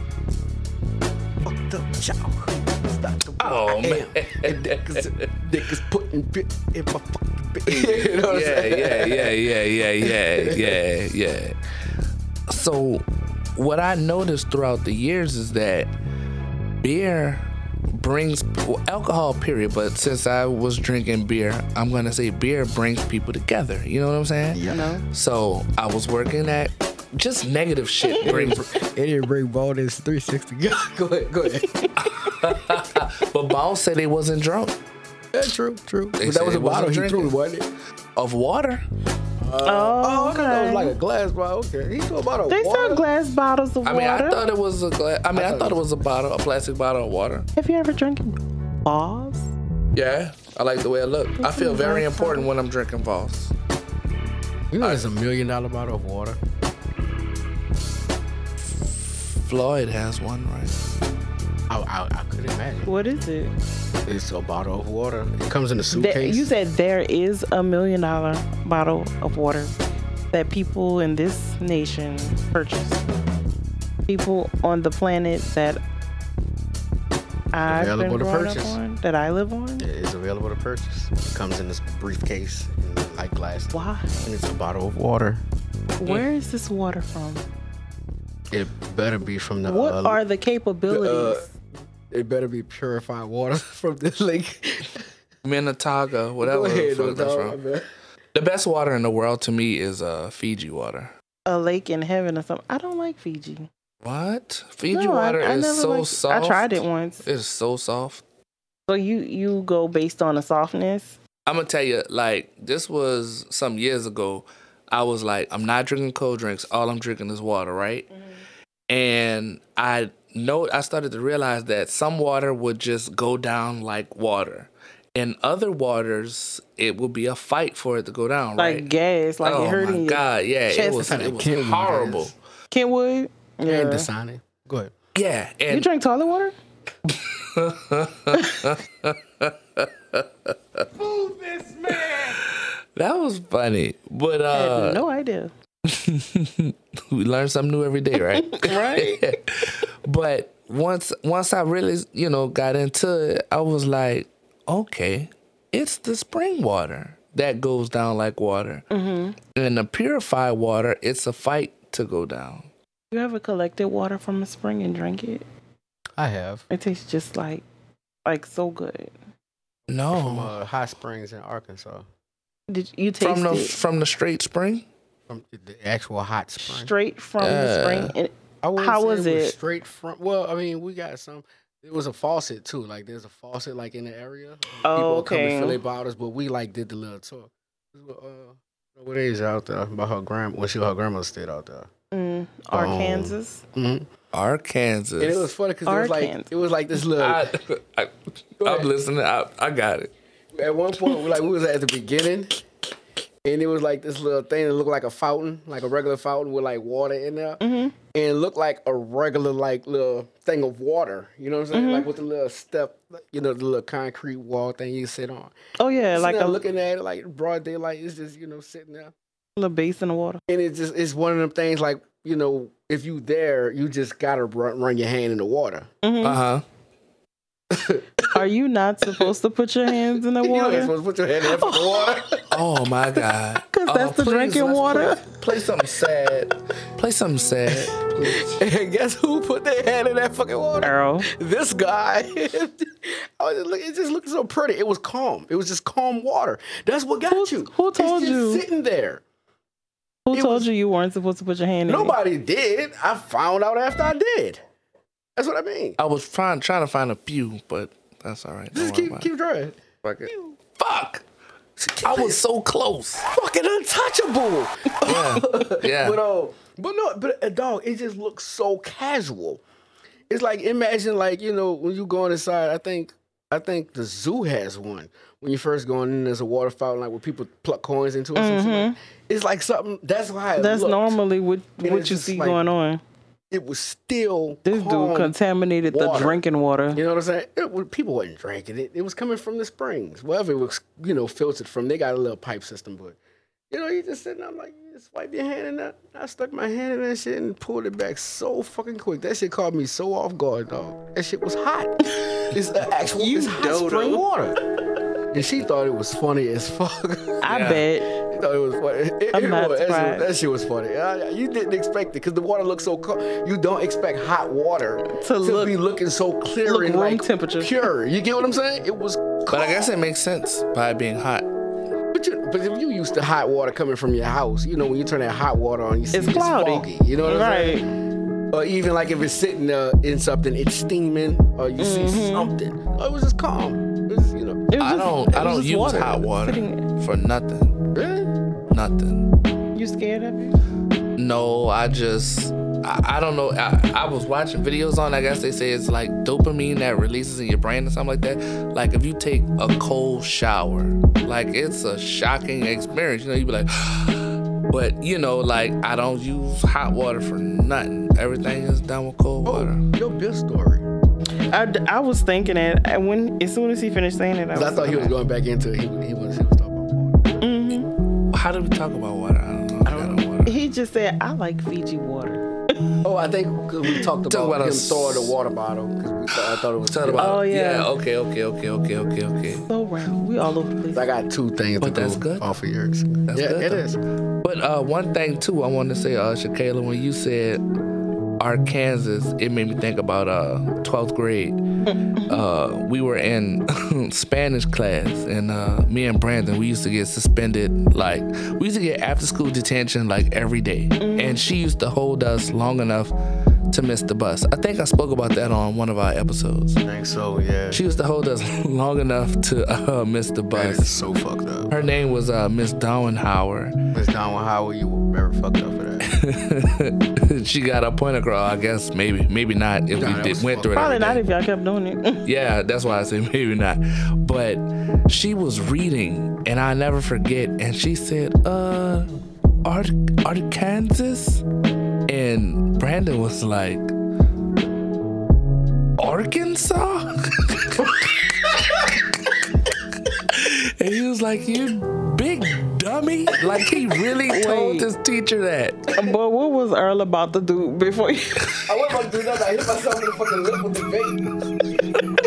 [SPEAKER 5] fucked up child. Stop the
[SPEAKER 4] Oh, man.
[SPEAKER 5] Niggas putting bit in my fucking bit. You know what I'm
[SPEAKER 4] yeah,
[SPEAKER 5] saying?
[SPEAKER 4] yeah, yeah, yeah, yeah, yeah, yeah, yeah. So, what I noticed throughout the years is that beer brings well, alcohol, period. But since I was drinking beer, I'm gonna say beer brings people together. You know what I'm saying?
[SPEAKER 3] you know.
[SPEAKER 4] So I was working at just negative shit brings,
[SPEAKER 5] It didn't bring baldness 360. go ahead, go ahead.
[SPEAKER 4] but Ball said they wasn't drunk
[SPEAKER 5] Yeah, true, true. But
[SPEAKER 4] said
[SPEAKER 5] that was
[SPEAKER 4] he
[SPEAKER 5] a bottle
[SPEAKER 4] wasn't
[SPEAKER 5] he
[SPEAKER 4] drinking.
[SPEAKER 5] threw, wasn't it?
[SPEAKER 4] of water.
[SPEAKER 3] Oh,
[SPEAKER 5] Oh, I thought that
[SPEAKER 3] okay.
[SPEAKER 5] was like a glass bottle. Okay, he threw about a
[SPEAKER 3] they
[SPEAKER 5] water.
[SPEAKER 3] sell glass bottles of
[SPEAKER 4] I mean,
[SPEAKER 3] water.
[SPEAKER 4] I thought it was a gla- I mean, I thought it was a bottle, a plastic bottle of water.
[SPEAKER 3] Have you ever drinking balls?
[SPEAKER 4] Yeah, I like the way it looked. I feel very important when I'm drinking Voss.
[SPEAKER 5] You know, it's a million dollar bottle of water.
[SPEAKER 4] Floyd has one, right?
[SPEAKER 5] I, I, I could imagine.
[SPEAKER 3] What is it?
[SPEAKER 5] It's a bottle of water. It comes in a
[SPEAKER 3] There-
[SPEAKER 5] suitcase.
[SPEAKER 3] you said there is a million dollar bottle of water that people in this nation purchase. People on the planet that I've
[SPEAKER 5] Available
[SPEAKER 3] been
[SPEAKER 5] to
[SPEAKER 3] growing
[SPEAKER 5] purchase.
[SPEAKER 3] up on, that I live on.
[SPEAKER 5] it's available to purchase. It comes in this briefcase, and like glass,
[SPEAKER 3] Why?
[SPEAKER 5] and it's a bottle of water. Mm.
[SPEAKER 3] Where is this water from?
[SPEAKER 5] It better be from the.
[SPEAKER 3] What
[SPEAKER 5] uh,
[SPEAKER 3] are the capabilities?
[SPEAKER 5] It better be purified water from this lake.
[SPEAKER 4] Minnetonka, whatever
[SPEAKER 5] Go ahead,
[SPEAKER 4] the fuck
[SPEAKER 5] though,
[SPEAKER 4] that's
[SPEAKER 5] dog.
[SPEAKER 4] from. The best water in the world to me is uh, Fiji water.
[SPEAKER 5] uh,
[SPEAKER 3] a lake in heaven or something. I don't like Fiji.
[SPEAKER 4] What? Fiji
[SPEAKER 3] No, I-
[SPEAKER 4] water
[SPEAKER 3] I
[SPEAKER 4] is
[SPEAKER 3] never
[SPEAKER 4] so
[SPEAKER 3] liked-
[SPEAKER 4] soft.
[SPEAKER 3] I tried it once.
[SPEAKER 4] It's so soft.
[SPEAKER 3] So you you go based on the softness.
[SPEAKER 4] I'm gonna tell you, like this was some years ago. I was like, I'm not drinking cold drinks. All I'm drinking is water, right?
[SPEAKER 3] Mm-hmm.
[SPEAKER 4] And I know I started to realize that some water would just go down like water, and other waters it would be a fight for it to go down,
[SPEAKER 3] Like
[SPEAKER 4] right?
[SPEAKER 3] gas, like
[SPEAKER 4] oh
[SPEAKER 3] it hurting
[SPEAKER 4] my
[SPEAKER 3] you.
[SPEAKER 4] god, yeah, it
[SPEAKER 3] chest.
[SPEAKER 4] was
[SPEAKER 5] Kinda
[SPEAKER 4] it was
[SPEAKER 5] kill you,
[SPEAKER 4] horrible.
[SPEAKER 5] guys.
[SPEAKER 3] Kenwood.
[SPEAKER 5] And
[SPEAKER 3] Yeah.
[SPEAKER 5] Dasani. Go ahead.
[SPEAKER 4] Yeah,
[SPEAKER 3] You
[SPEAKER 4] and
[SPEAKER 3] drink toilet water?
[SPEAKER 4] that was funny, but
[SPEAKER 3] I had
[SPEAKER 4] uh,
[SPEAKER 3] no idea.
[SPEAKER 4] we learn something new every day, right?
[SPEAKER 3] Right?
[SPEAKER 4] but once once I really you know got into it, I was like, okay, it's the spring water that goes down like water,
[SPEAKER 3] Mm-hmm.
[SPEAKER 4] and the purified water, it's a fight to go down.
[SPEAKER 3] you ever collected water from a spring and drank it?
[SPEAKER 5] I have
[SPEAKER 3] It tastes just like like so good. Oh.
[SPEAKER 5] from
[SPEAKER 4] No,
[SPEAKER 5] uh, Hot Springs in Arkansas.
[SPEAKER 3] Did you taste
[SPEAKER 4] from the
[SPEAKER 3] it
[SPEAKER 4] from the straight spring.
[SPEAKER 5] From the actual hot spring.
[SPEAKER 3] straight from the spring? And
[SPEAKER 5] I wouldn't
[SPEAKER 3] How
[SPEAKER 5] say
[SPEAKER 3] was
[SPEAKER 5] was
[SPEAKER 3] it?
[SPEAKER 5] Straight from. Well, I mean, we got some. It was a faucet too. Like there's a faucet like in the area. and
[SPEAKER 3] Oh,
[SPEAKER 5] People come and fill
[SPEAKER 3] okay.
[SPEAKER 5] their bottles, but we like did the little tour. This was, Uh, what is out there? By her grandma when she her grandma stayed out there.
[SPEAKER 4] Oh.
[SPEAKER 3] Arkansas.
[SPEAKER 4] Arkansas.
[SPEAKER 5] And it was funny because it was like
[SPEAKER 3] Arkansas.
[SPEAKER 5] it was like this little.
[SPEAKER 4] I, I, I'm listening. I, I got it.
[SPEAKER 5] At one point, we like we was at the beginning, and it was like this little thing that looked like a fountain, like a regular fountain with like water in there,
[SPEAKER 3] Mm-hmm.
[SPEAKER 5] and it looked like a regular like little thing of water. You know what I'm
[SPEAKER 3] Mm-hmm.
[SPEAKER 5] saying? Like with the little step, you know, the little concrete wall thing you sit on.
[SPEAKER 3] Oh yeah,
[SPEAKER 5] Like
[SPEAKER 3] like a
[SPEAKER 5] looking at it like broad daylight, it's just you know sitting there,
[SPEAKER 3] little base in the water.
[SPEAKER 5] and it's just it's one of them things like you know if you there, you just gotta run, run your hand in the water.
[SPEAKER 4] Uh huh.
[SPEAKER 3] Mm-hmm. Are you not supposed to put your hands in the
[SPEAKER 5] You know, you're
[SPEAKER 3] water?
[SPEAKER 5] supposed to put your hand in the water.
[SPEAKER 4] Oh my God.
[SPEAKER 3] 'Cause that's the drinking
[SPEAKER 4] let's
[SPEAKER 3] water.
[SPEAKER 4] Play, play something sad. Play something sad.
[SPEAKER 5] and guess who put their hand in that fucking water?
[SPEAKER 3] Girl,
[SPEAKER 5] this guy. I was just look- it just looked so pretty. It was calm. It was just calm water. That's what got
[SPEAKER 3] Who-
[SPEAKER 5] you.
[SPEAKER 3] who
[SPEAKER 5] It's
[SPEAKER 3] told
[SPEAKER 5] just
[SPEAKER 3] you?
[SPEAKER 5] Sitting there.
[SPEAKER 3] who
[SPEAKER 5] It
[SPEAKER 3] told
[SPEAKER 5] was-
[SPEAKER 3] you you weren't supposed to put your hand in? it?
[SPEAKER 5] Nobody did. I found out after I did. That's what I mean.
[SPEAKER 4] I was trying trying to find a pew, but that's all right. Don't
[SPEAKER 5] Just
[SPEAKER 4] worry
[SPEAKER 5] keep
[SPEAKER 4] about
[SPEAKER 5] keep drawing.
[SPEAKER 4] it. Fuck. I was so close.
[SPEAKER 5] Fucking untouchable.
[SPEAKER 4] Yeah. Yeah.
[SPEAKER 5] But uh, but no, but uh, dog, it just looks so casual. It's like imagine like you know when you going inside. I think I think the zoo has one. When you first going in, there's a water fountain like where people pluck coins into it. some shit like- It's like something. That's why it
[SPEAKER 3] Mm-hmm. That's
[SPEAKER 5] looked.
[SPEAKER 3] normally what
[SPEAKER 5] It
[SPEAKER 3] what
[SPEAKER 5] is
[SPEAKER 3] you
[SPEAKER 5] just
[SPEAKER 3] see
[SPEAKER 5] like-
[SPEAKER 3] going on.
[SPEAKER 5] It was still
[SPEAKER 3] This dude
[SPEAKER 5] calm.
[SPEAKER 3] contaminated the
[SPEAKER 5] water.
[SPEAKER 3] drinking water.
[SPEAKER 5] You know what I'm saying? It, was- people wasn't drinking it. It was coming from the springs, wherever it was, you know, filtered from. They got a little pipe system, but you know, you just sitting. I'm like, you just wipe your hand in that. I stuck my hand in that shit and pulled it back so fucking quick. That shit caught me so off guard, dog. That shit was hot. it's the actual it's hot spring water. And she thought it was funny as fuck.
[SPEAKER 3] I
[SPEAKER 4] Yeah.
[SPEAKER 3] bet.
[SPEAKER 5] No, it was funny. It,
[SPEAKER 3] I'm
[SPEAKER 5] it
[SPEAKER 3] not
[SPEAKER 5] was. That shit-
[SPEAKER 3] surprised.
[SPEAKER 5] That shit was funny. I- I- you didn't expect it because the water looked so cold. You don't expect hot water to,
[SPEAKER 3] look-
[SPEAKER 5] be looking so clear
[SPEAKER 3] look
[SPEAKER 5] and
[SPEAKER 3] room
[SPEAKER 5] like
[SPEAKER 3] temperature.
[SPEAKER 5] pure. You get what I'm saying? It was. Cold.
[SPEAKER 4] But I guess it makes sense by it being hot.
[SPEAKER 5] But, you, but if you used to hot water coming from your house, you know when you turn that hot water on, you see
[SPEAKER 3] It's cloudy.
[SPEAKER 5] foggy. You know what I'm
[SPEAKER 3] right.
[SPEAKER 5] saying? Or even like if it's sitting uh, in something, it's steaming, or you
[SPEAKER 3] Mm-hmm.
[SPEAKER 5] see something. Oh, it was just calm. It was, you know.
[SPEAKER 3] It was
[SPEAKER 4] I
[SPEAKER 3] just-
[SPEAKER 4] don't
[SPEAKER 3] it was
[SPEAKER 4] I don't
[SPEAKER 3] just
[SPEAKER 4] use
[SPEAKER 3] water.
[SPEAKER 4] hot water
[SPEAKER 3] Sitting-
[SPEAKER 4] for nothing.
[SPEAKER 5] eh.
[SPEAKER 4] Nothing.
[SPEAKER 3] You scared of it?
[SPEAKER 4] No, I just I, I don't know. I, I was watching videos on. I guess they say it's like dopamine that releases in your brain or something like that. Like if you take a cold shower, like it's a shocking experience. You know, you be like, but you know, like I don't use hot water for nothing. Everything is done with cold water.
[SPEAKER 5] Oh, your Bill story.
[SPEAKER 3] I, d- I was thinking it and when as soon as he finished saying it, I,
[SPEAKER 5] 'Cause
[SPEAKER 3] was
[SPEAKER 5] I thought he was going back into it. He, was- he was, he was talking about water.
[SPEAKER 4] How do we talk about water? I don't know. I don't know. Water.
[SPEAKER 3] He just said, "I like Fiji water."
[SPEAKER 5] Oh, I think 'cause we talked about,
[SPEAKER 4] about
[SPEAKER 5] him
[SPEAKER 4] us.
[SPEAKER 5] throwing the water bottle because I thought it was.
[SPEAKER 4] Talk about
[SPEAKER 3] Oh, yeah.
[SPEAKER 4] yeah. Okay. Okay. Okay. Okay. Okay. Okay.
[SPEAKER 3] So round, we all over the place.
[SPEAKER 5] I got two things,
[SPEAKER 4] But
[SPEAKER 5] to
[SPEAKER 4] that's
[SPEAKER 5] go
[SPEAKER 4] good.
[SPEAKER 5] Off of yours,
[SPEAKER 4] That's
[SPEAKER 5] yeah,
[SPEAKER 4] good,
[SPEAKER 5] it
[SPEAKER 4] though.
[SPEAKER 5] is.
[SPEAKER 4] But uh, one thing too, I wanted to say, uh, Shakayla, when you said Arkansas, it made me think about uh, twelfth grade. uh, we were in Spanish class, and uh, me and Brandon, we used to get suspended. Like we used to get after school detention like every day. and she used to hold us long enough to miss the bus. I think I spoke about that on one of our episodes.
[SPEAKER 5] I think so. Yeah,
[SPEAKER 4] She used to hold us long enough to uh, miss the
[SPEAKER 5] that
[SPEAKER 4] bus.
[SPEAKER 5] is so fucked up.
[SPEAKER 4] Her name was uh, Miss Dowenhauer.
[SPEAKER 5] Miss Donald Howard, you were very fucked up for that.
[SPEAKER 4] she got a point across. I guess maybe, maybe not. If
[SPEAKER 5] Nah,
[SPEAKER 4] we
[SPEAKER 5] that
[SPEAKER 4] did,
[SPEAKER 5] was
[SPEAKER 4] went
[SPEAKER 5] fucked
[SPEAKER 4] through it,
[SPEAKER 3] Probably
[SPEAKER 4] every
[SPEAKER 3] not
[SPEAKER 4] day.
[SPEAKER 3] if y'all kept doing it.
[SPEAKER 4] yeah, that's why I say maybe not. But she was reading, and I never forget. And she said, "Uh, Art, Arkansas," and Brandon was like, "Arkansas." And he was like, "You big dummy!" Like he really told
[SPEAKER 3] Wait.
[SPEAKER 4] his teacher that.
[SPEAKER 3] but what was Earl about to do before? You-
[SPEAKER 5] I wasn't about to do that. I hit myself in the fucking lip with the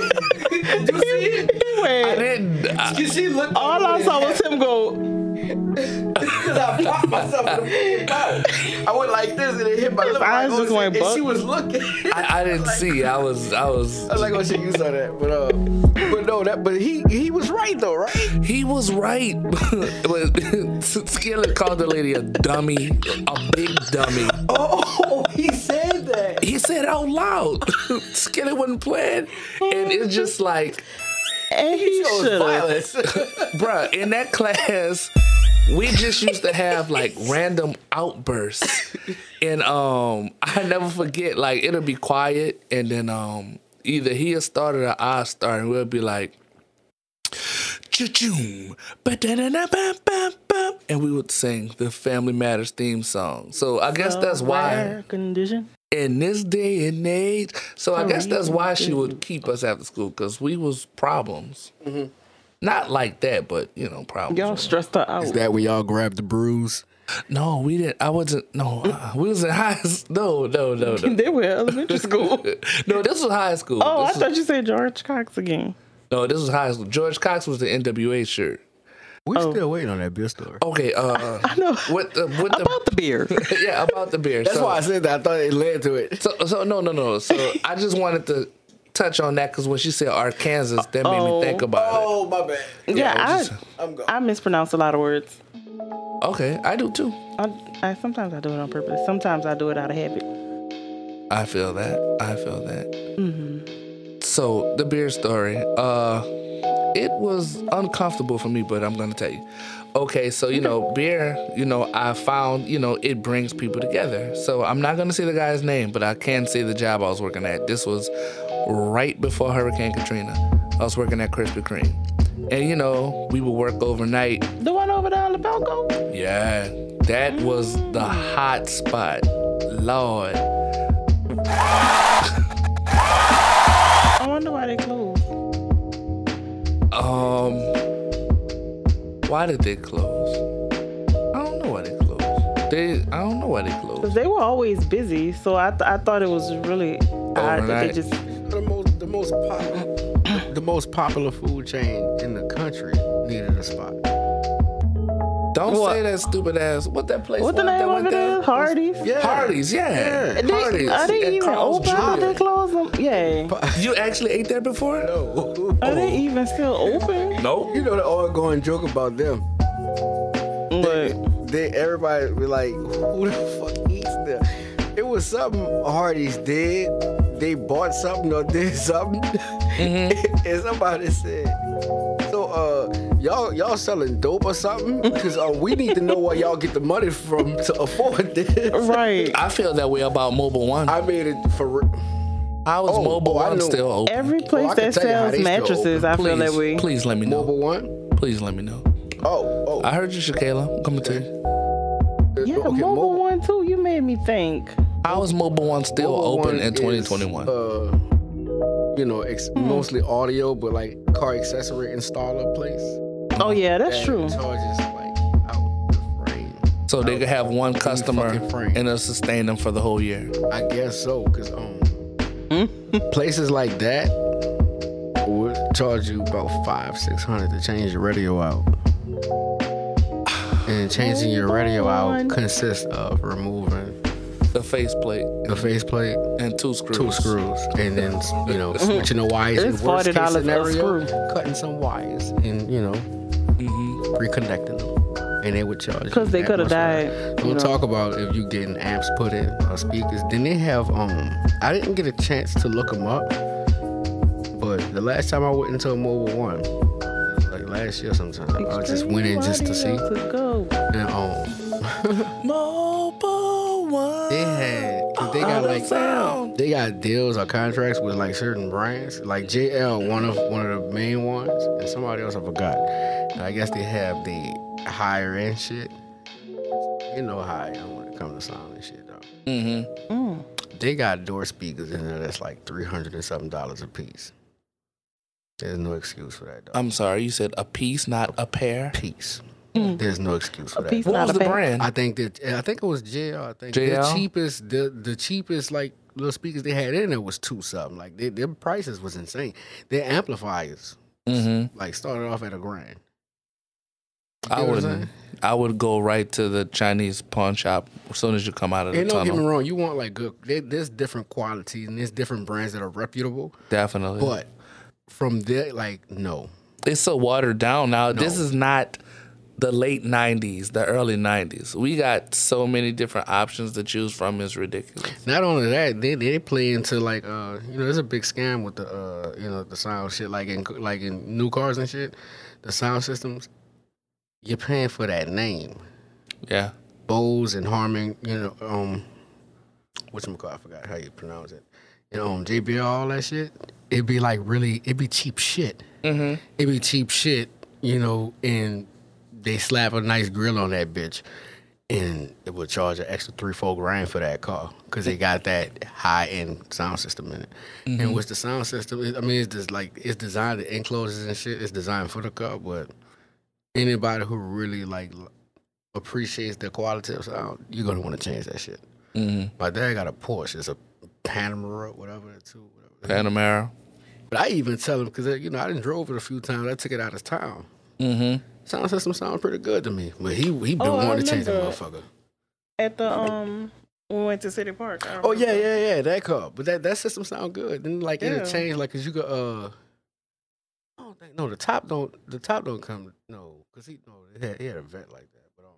[SPEAKER 5] vape. you see?
[SPEAKER 4] I
[SPEAKER 3] Wait,
[SPEAKER 4] didn't. I-
[SPEAKER 5] You see? Look,
[SPEAKER 3] all I saw was him go.
[SPEAKER 5] because I popped myself in the fucking mouth. I went like this and it hit my
[SPEAKER 3] His
[SPEAKER 5] lip.
[SPEAKER 3] eyes
[SPEAKER 5] I'm like,
[SPEAKER 3] just
[SPEAKER 5] oh,
[SPEAKER 3] went
[SPEAKER 5] shit. And she
[SPEAKER 3] buck.
[SPEAKER 5] was looking.
[SPEAKER 4] I, I didn't see. I was. I was.
[SPEAKER 5] I was like, oh shit, you saw that, but uh, but no, that, but he he was right though, right?
[SPEAKER 4] He was right. but Skillet called the lady a dummy, a big dummy.
[SPEAKER 5] Oh, he said that.
[SPEAKER 4] He said out loud. Skillet wasn't playing, and it's just like,
[SPEAKER 3] And he
[SPEAKER 5] It was
[SPEAKER 3] should have.
[SPEAKER 5] violence.
[SPEAKER 4] bruh, in that class. we just used to have like random outbursts. And um I never forget, like it'll be quiet and then um either he'll start it or I'll start and we'll be like Cha-choom, ba-da-da-da-ba-ba-ba. and we would sing the Family Matters theme song. So I guess that's why
[SPEAKER 3] Wear Condition.
[SPEAKER 4] in this day and age. So I guess that's why she
[SPEAKER 3] Korean
[SPEAKER 4] would keep us after school because we was problems.
[SPEAKER 5] Mm-hmm.
[SPEAKER 4] Not like that, but you know, problems.
[SPEAKER 3] Y'all stressed her out.
[SPEAKER 5] Is that when y'all grabbed the bruise?
[SPEAKER 4] No, we didn't. I wasn't. No,
[SPEAKER 3] Mm.
[SPEAKER 4] uh, we was in high. s- No, no, no, no.
[SPEAKER 3] they were elementary school.
[SPEAKER 4] No, this was high school.
[SPEAKER 3] Oh, I
[SPEAKER 4] This was-
[SPEAKER 3] thought you said George Cox again.
[SPEAKER 4] no, this was high school. George Cox was the NWA shirt.
[SPEAKER 5] We still waiting on that beer story.
[SPEAKER 4] Okay, uh, I
[SPEAKER 3] know.
[SPEAKER 4] With the with
[SPEAKER 3] About the beer.
[SPEAKER 4] the yeah about the beer.
[SPEAKER 5] That's
[SPEAKER 4] so,
[SPEAKER 5] why I said that. I thought it led to it.
[SPEAKER 4] So so no no no. So I just wanted to touch on that because when she said Arkansas, that made me
[SPEAKER 3] Oh.
[SPEAKER 4] think about it.
[SPEAKER 5] Oh, my bad.
[SPEAKER 3] yeah,
[SPEAKER 4] it
[SPEAKER 3] I,
[SPEAKER 4] was just-
[SPEAKER 5] I'm gone.
[SPEAKER 3] I mispronounce a lot of words.
[SPEAKER 4] Okay, I do too.
[SPEAKER 3] I, I sometimes I do it on purpose. Sometimes I do it out of habit.
[SPEAKER 4] I feel that. I feel that. So the beer story. Uh, it was uncomfortable for me, but I'm gonna tell you. Okay, so you know, beer. You know, I found you know it brings people together. So I'm not gonna say the guy's name, but I can say the job I was working at. This was right before Hurricane Katrina. I was working at Krispy Kreme, and you know, we would work overnight.
[SPEAKER 3] The one over there on the balcony.
[SPEAKER 4] Yeah, that was the hot spot. Lord.
[SPEAKER 3] I wonder why they closed.
[SPEAKER 4] Um, why did they close? I don't know why they closed. They, I don't know why they
[SPEAKER 3] Cause
[SPEAKER 4] closed.
[SPEAKER 3] they were always busy, so I th- I thought it was really
[SPEAKER 4] Oh,
[SPEAKER 3] odd that they
[SPEAKER 4] Overnight.
[SPEAKER 3] just
[SPEAKER 5] The most, the most popular, the most popular food chain in the country needed a spot.
[SPEAKER 4] Don't
[SPEAKER 3] What?
[SPEAKER 4] say that stupid ass. What that place?
[SPEAKER 3] what the
[SPEAKER 4] was that
[SPEAKER 3] name of
[SPEAKER 4] went
[SPEAKER 3] it
[SPEAKER 4] down?
[SPEAKER 3] is Hardee's.
[SPEAKER 5] Yeah.
[SPEAKER 4] Hardee's, yeah.
[SPEAKER 5] Yeah.
[SPEAKER 3] They-
[SPEAKER 4] Hardee's.
[SPEAKER 3] are
[SPEAKER 4] at
[SPEAKER 3] they even
[SPEAKER 4] Carl's
[SPEAKER 3] open? I thought
[SPEAKER 4] Jr.
[SPEAKER 3] They closed them. Yeah.
[SPEAKER 4] You actually ate there before?
[SPEAKER 5] Oh,
[SPEAKER 3] Are they even still open?
[SPEAKER 4] Nope.
[SPEAKER 5] you know the ongoing joke about them.
[SPEAKER 3] Look,
[SPEAKER 5] They everybody be like, who the fuck eats there? It was something Hardy's did. They bought something or did something,
[SPEAKER 4] Mm-hmm.
[SPEAKER 5] and somebody said, "So, uh, y'all y'all selling dope or something? Because uh, we need to know where y'all get the money from to afford this."
[SPEAKER 3] right.
[SPEAKER 4] I feel that way about Mobile One.
[SPEAKER 5] I made it for. re-
[SPEAKER 4] How is
[SPEAKER 5] oh,
[SPEAKER 4] Mobile
[SPEAKER 5] oh, I
[SPEAKER 4] One
[SPEAKER 5] know.
[SPEAKER 4] still open?
[SPEAKER 3] Every place
[SPEAKER 5] I can
[SPEAKER 3] that
[SPEAKER 5] tell you how
[SPEAKER 3] sells
[SPEAKER 5] they still
[SPEAKER 3] mattresses,
[SPEAKER 5] open.
[SPEAKER 3] I
[SPEAKER 4] please,
[SPEAKER 3] feel that way.
[SPEAKER 4] please let me know.
[SPEAKER 5] Mobile One.
[SPEAKER 4] Please let me know.
[SPEAKER 5] Oh, oh.
[SPEAKER 4] I heard you, Shakayla. I'm coming to you.
[SPEAKER 3] Yeah,
[SPEAKER 5] okay,
[SPEAKER 3] mobile,
[SPEAKER 5] Mobile-
[SPEAKER 3] one too. You made me think.
[SPEAKER 4] How is Mobile One still
[SPEAKER 5] Mobile
[SPEAKER 4] open
[SPEAKER 5] One
[SPEAKER 4] in
[SPEAKER 5] is,
[SPEAKER 4] 2021?
[SPEAKER 5] uh, you know, ex-
[SPEAKER 3] Hmm.
[SPEAKER 5] mostly audio, but like car accessory installer place.
[SPEAKER 3] Oh yeah, that's
[SPEAKER 5] that
[SPEAKER 3] true.
[SPEAKER 5] Charges like out the frame.
[SPEAKER 4] So they could have one customer
[SPEAKER 5] fucking frank.
[SPEAKER 4] and it'll sustain them for the whole year.
[SPEAKER 5] I guess so, cause um,
[SPEAKER 3] Hmm?
[SPEAKER 5] places like that would charge you about five, six hundred to change your radio out. And changing your radio out
[SPEAKER 3] Mobile One.
[SPEAKER 5] consists of removing
[SPEAKER 4] The faceplate
[SPEAKER 5] the faceplate,
[SPEAKER 4] and two screws.
[SPEAKER 5] two screws, and then you know switching the wires.
[SPEAKER 3] Mm-hmm. It's
[SPEAKER 5] in worst case
[SPEAKER 3] $40 a
[SPEAKER 5] scenario,
[SPEAKER 3] screw. Mm-hmm.
[SPEAKER 5] Cutting some wires and you know reconnecting them, and they would charge. you
[SPEAKER 3] Cause they
[SPEAKER 5] that
[SPEAKER 3] coulda
[SPEAKER 5] much more.
[SPEAKER 3] died,
[SPEAKER 5] We'll
[SPEAKER 3] you know.
[SPEAKER 5] talk about if you getting apps put in or speakers. Then they have um. I didn't get a chance to look them up, but the last time I went into a mobile one, like last year sometime, I Uh, just went in just to see,
[SPEAKER 3] Extreme audio to go.
[SPEAKER 5] and um,
[SPEAKER 4] Mobile one.
[SPEAKER 5] they had 'cause they got
[SPEAKER 4] Out of
[SPEAKER 5] like.
[SPEAKER 4] town.
[SPEAKER 5] they got deals or contracts with like certain brands, like JL, one of one of the main ones, and somebody else I forgot. And I guess they have the higher end shit. You know how I am when it comes to sound and shit though.
[SPEAKER 3] Mm.
[SPEAKER 5] Mm-hmm. They got door speakers in there that's like three hundred and something dollars a piece. There's no excuse for that though.
[SPEAKER 4] I'm sorry, you said a piece, not a pair.
[SPEAKER 5] piece. There's no excuse for that.
[SPEAKER 3] piece.
[SPEAKER 4] What
[SPEAKER 3] Not
[SPEAKER 4] was
[SPEAKER 3] a
[SPEAKER 4] the
[SPEAKER 3] pair.
[SPEAKER 4] brand?
[SPEAKER 5] I think that I think it was JL. I think
[SPEAKER 4] JL?
[SPEAKER 5] the cheapest the the cheapest like little speakers they had in there was two something. Like they, their prices was insane. Their amplifiers
[SPEAKER 4] mm-hmm.
[SPEAKER 5] like started off at a grand.
[SPEAKER 4] I
[SPEAKER 5] You know what I'm
[SPEAKER 4] wouldn't.
[SPEAKER 5] saying?
[SPEAKER 4] I would go right to the Chinese pawn shop as soon as you come out of the
[SPEAKER 5] And don't get me
[SPEAKER 4] tunnel.
[SPEAKER 5] wrong, you want like good. There, there's different qualities and there's different brands that are reputable,
[SPEAKER 4] Definitely.
[SPEAKER 5] but from there, like no,
[SPEAKER 4] it's so watered down now. This
[SPEAKER 5] No.
[SPEAKER 4] is not the late '90s, the early '90s. We got so many different options to choose from. It's ridiculous.
[SPEAKER 5] Not only that, they they play into like uh you know there's a big scam with the uh you know the sound shit like in like in new cars and shit, the sound systems. you're paying for that name.
[SPEAKER 4] Yeah.
[SPEAKER 5] Bose and Harmon, you know, um, whatchamacallit, I forgot how you pronounce it. You know, um, JBL, all that shit, it'd be like really, it'd be cheap shit. Mm-hmm. It'd be cheap shit, you know, and they slap a nice grill on that bitch and it would charge an extra three, four grand for that car because they got that high end sound system in it. And what's the sound system? I mean, it's just like it's designed the enclosures and shit. It's designed for the car, but anybody who really like l- appreciates the quality of sound, you're gonna want to change that shit.
[SPEAKER 4] Mm-hmm.
[SPEAKER 5] My dad got a Porsche. It's a Panamera, whatever, too. Whatever.
[SPEAKER 4] Panamera.
[SPEAKER 5] But I even tell him because you know I didn't drove it a few times. I took it out of town.
[SPEAKER 4] Mm-hmm.
[SPEAKER 5] Sound system sounded pretty good to me, but he he been
[SPEAKER 3] Oh, I
[SPEAKER 5] wanting to change that
[SPEAKER 3] remember.
[SPEAKER 5] motherfucker.
[SPEAKER 3] At the um, we went to City Park. I
[SPEAKER 5] Oh yeah,
[SPEAKER 3] remember.
[SPEAKER 5] yeah, yeah, that car. But that, that system sound good. Then like
[SPEAKER 3] Yeah.
[SPEAKER 5] it'll change like cause you go uh I don't think no the top don't the top don't come no cause he no it had, he had a vet like that but um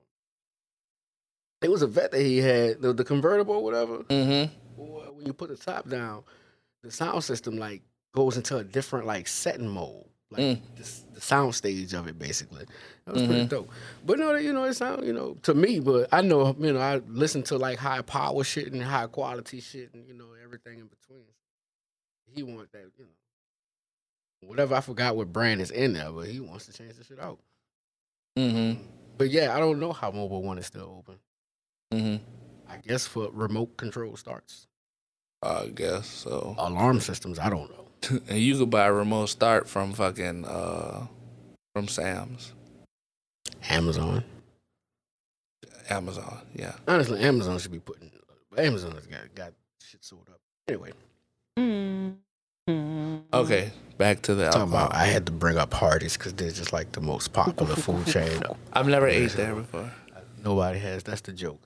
[SPEAKER 5] it was a vet that he had the, the convertible or whatever.
[SPEAKER 4] Mm-hmm.
[SPEAKER 5] Well, When you put the top down, the sound system like goes into a different like setting mode. Like
[SPEAKER 4] Mm. Mm-hmm.
[SPEAKER 5] the, s- the sound stage of it, basically, that was pretty dope. But no, you know, it sound, you know, to me. But I know, you know, I listen to like high power shit and high quality shit, and you know, everything in between. He wants that, you know, whatever. I forgot what brand is in there, but he wants to change the shit out. Um,
[SPEAKER 4] Mm-hmm.
[SPEAKER 5] But yeah, I don't know how Mobile One is still open.
[SPEAKER 4] Mm-hmm.
[SPEAKER 5] I guess for remote control starts,
[SPEAKER 4] I guess so.
[SPEAKER 5] alarm systems. I don't know.
[SPEAKER 4] And you could buy a remote start from fucking uh from Sam's.
[SPEAKER 5] Amazon.
[SPEAKER 4] Amazon. Yeah.
[SPEAKER 5] Honestly, Amazon should be putting. Amazon has got got shit sold up. Anyway,
[SPEAKER 3] Mm. Mm.
[SPEAKER 4] Okay. Back to the
[SPEAKER 5] talking
[SPEAKER 4] alcohol.
[SPEAKER 5] about I had to bring up Hardee's because they're just like the most popular food chain.
[SPEAKER 4] I've never ate there before.
[SPEAKER 5] Nobody has. That's the joke.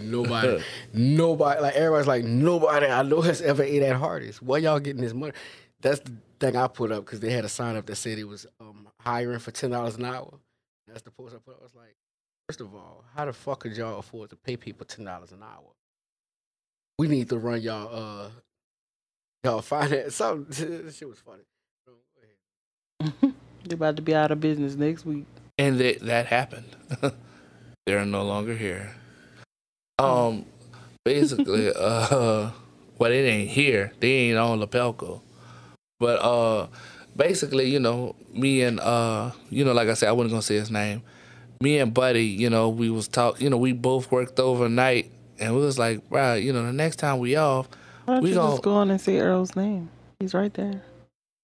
[SPEAKER 5] nobody, nobody. Like everybody's like nobody I know has ever ate at Hardee's. Why y'all getting this money? That's the thing I put up because they had a sign up that said it was um, hiring for ten dollars an hour. That's the post I put. up. I was like, first of all, how the fuck could y'all afford to pay people ten dollars an hour? We need to run y'all uh y'all finance. Some this shit was funny. So, go ahead.
[SPEAKER 3] They about to be out of business next week.
[SPEAKER 4] And they, that happened. They're no longer here. Um, basically, uh, well, it ain't here. They ain't on Lapelco. But uh, basically, you know, me and uh, you know, like I said, I wasn't gonna say his name. Me and Buddy, you know, we was talk. You know, we both worked overnight, and we was like, right, you know, the next time we off,
[SPEAKER 3] Why don't
[SPEAKER 4] We
[SPEAKER 3] you
[SPEAKER 4] gon'
[SPEAKER 3] just go on and say Earl's name? He's right there.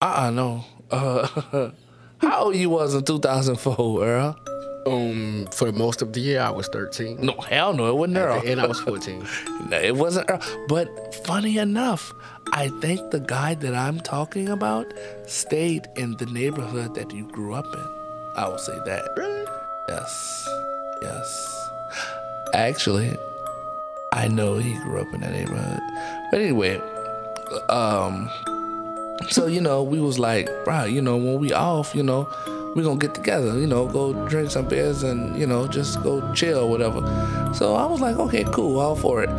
[SPEAKER 4] uh, uh no. Uh, how old you was in 2004, Earl?
[SPEAKER 5] Um, for most of the year, I was thirteen.
[SPEAKER 4] No, hell no, it wasn't Earl.
[SPEAKER 5] And I was fourteen.
[SPEAKER 4] No, it wasn't Earl. But funny enough, I think the guy that I'm talking about stayed in the neighborhood that you grew up in. I will say that.
[SPEAKER 5] Really?
[SPEAKER 4] Yes. Yes. Actually, I know he grew up in that neighborhood. But anyway, um, so you know, we was like, bro, you know, when we off, you know, we gonna get together, you know, go drink some beers and you know, just go chill, or whatever. So I was like, okay, cool, all for it.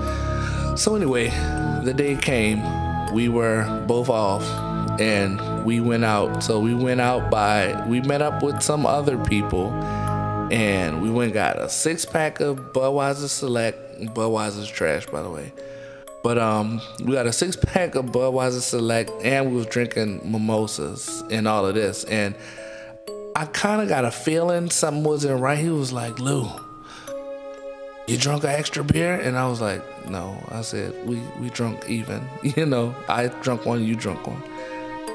[SPEAKER 4] So anyway, the day came, we were both off, and we went out. So we went out by, we met up with some other people, and we went and got a six pack of Budweiser Select. Budweiser's trash, by the way. But um, we got a six pack of Budweiser Select, and we was drinking mimosas and all of this. And I kind of got a feeling something wasn't right. He was like, "Lou, you drunk an extra beer?" And I was like, "No." I said, "We we drunk even. You know, I drunk one, you drunk one."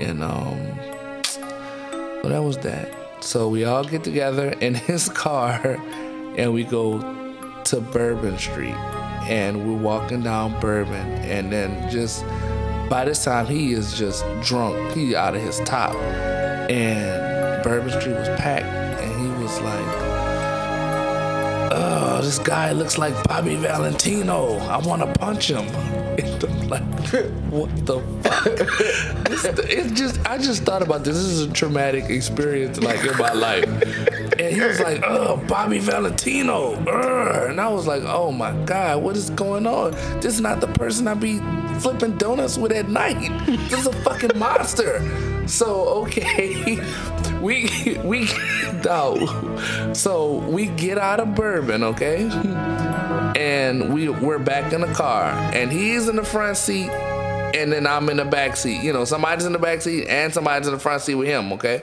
[SPEAKER 4] And um, so that was that. So we all get together in his car, and we go to Bourbon Street and we're walking down Bourbon and then just by this time he is just drunk. He out of his top. And Bourbon Street was packed and he was like, Oh, this guy looks like Bobby Valentino. I wanna punch him. And I'm like, what the fuck? This- it just I just thought about this. This is a traumatic experience like in my life. And he was like, oh, Bobby Valentino. Urgh. And I was like, oh my God, what is going on? This is not the person I be flipping donuts with at night. This is a fucking monster. So, okay. we we dog. So we get out of bourbon, okay? And we we're back in the car, and he's in the front seat, and then I'm in the back seat. You know, somebody's in the back seat, and somebody's in the front seat with him. Okay.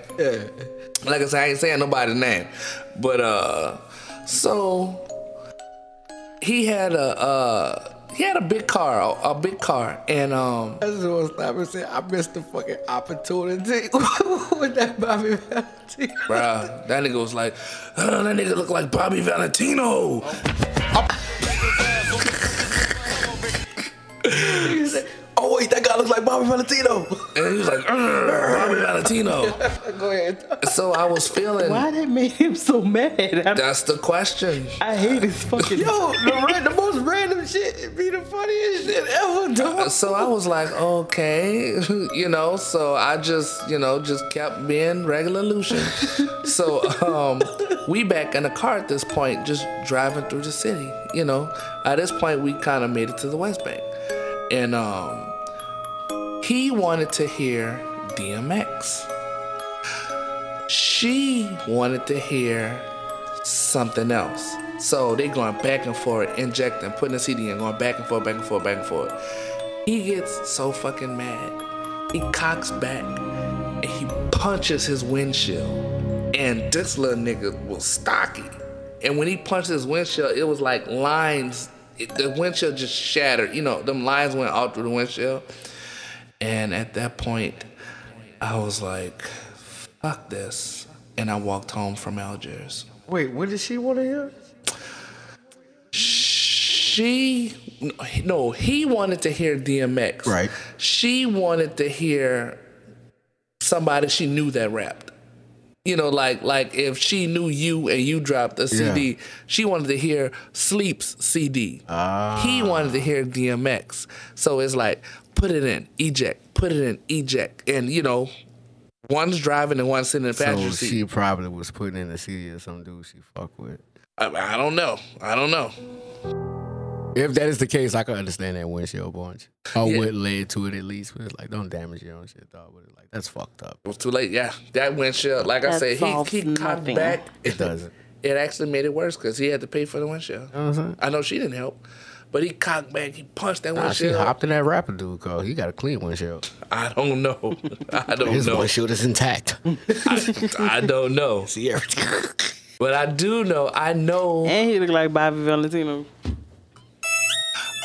[SPEAKER 4] Like I said, I ain't saying nobody's name, but uh, so he had a uh, he had a big car, a, a big car, and um,
[SPEAKER 5] I just want to stop and say I missed the fucking opportunity with that Bobby Valentine.
[SPEAKER 4] Bruh, that nigga was like, "Uh, that nigga look like Bobby Valentino.
[SPEAKER 5] Oh wait, that guy looks like Bobby Valentino.
[SPEAKER 4] And he was like, "Uh, Bobby Valentino.
[SPEAKER 5] Go ahead.
[SPEAKER 4] So I was
[SPEAKER 5] Hmm.
[SPEAKER 4] feeling,
[SPEAKER 3] Why that made him so mad? I,
[SPEAKER 4] that's the question.
[SPEAKER 3] I hate his fucking.
[SPEAKER 5] Yo, the, ra- the most random shit it be the funniest shit ever, dog.
[SPEAKER 4] So I was like, okay, you know, so I just, you know, just kept being regular Lucian. so um, we back in the car at this point, just driving through the city, you know. At this point, we kind of made it to the West Bank. And um, he wanted to hear DMX. She wanted to hear something else. So they going back and forth, injecting, putting the CD in, going back and forth, back and forth, back and forth. He gets so fucking mad. He cocks back and he punches his windshield. And this little nigga was stocky. And when he punched his windshield, it was like lines. It, the windshield just shattered. You know, them lines went all through the windshield. And at that point, I was like, fuck this. And I walked home from Algiers.
[SPEAKER 5] Wait, what did she want to hear?
[SPEAKER 4] she no he wanted to hear DMX
[SPEAKER 5] Right.
[SPEAKER 4] she wanted to hear somebody she knew that rapped you know like like if she knew you and you dropped a CD she wanted to hear Sleep's CD
[SPEAKER 5] Ah.
[SPEAKER 4] he wanted to hear DMX so it's like put it in eject put it in eject and you know one's driving and one's sitting in the
[SPEAKER 5] So
[SPEAKER 4] passenger seat
[SPEAKER 5] she probably was putting in a CD or some dude she fuck with.
[SPEAKER 4] I, I don't know I don't know
[SPEAKER 5] If that is the case, I can understand that windshield bunch. Or
[SPEAKER 4] Yeah.
[SPEAKER 5] what led to it at least. But it's like, don't damage your own shit, dog. But it's like, that's fucked up.
[SPEAKER 4] It was too late. Yeah, that windshield. Like I
[SPEAKER 3] That
[SPEAKER 4] said,
[SPEAKER 3] solves
[SPEAKER 4] he he cocked
[SPEAKER 3] nothing.
[SPEAKER 4] back.
[SPEAKER 5] It doesn't.
[SPEAKER 4] It actually made it worse because he had to pay for the windshield.
[SPEAKER 5] You know what I'm saying?
[SPEAKER 4] I know she didn't help, but he cocked back. He punched that
[SPEAKER 5] Nah, she
[SPEAKER 4] windshield.
[SPEAKER 5] hopped in that rapper dude car. He got a clean windshield.
[SPEAKER 4] I don't know. I don't
[SPEAKER 5] His
[SPEAKER 4] know.
[SPEAKER 5] windshield is intact.
[SPEAKER 4] I, I don't know.
[SPEAKER 5] See everything.
[SPEAKER 4] But I do know. I know.
[SPEAKER 3] And he looked like Bobby Valentino.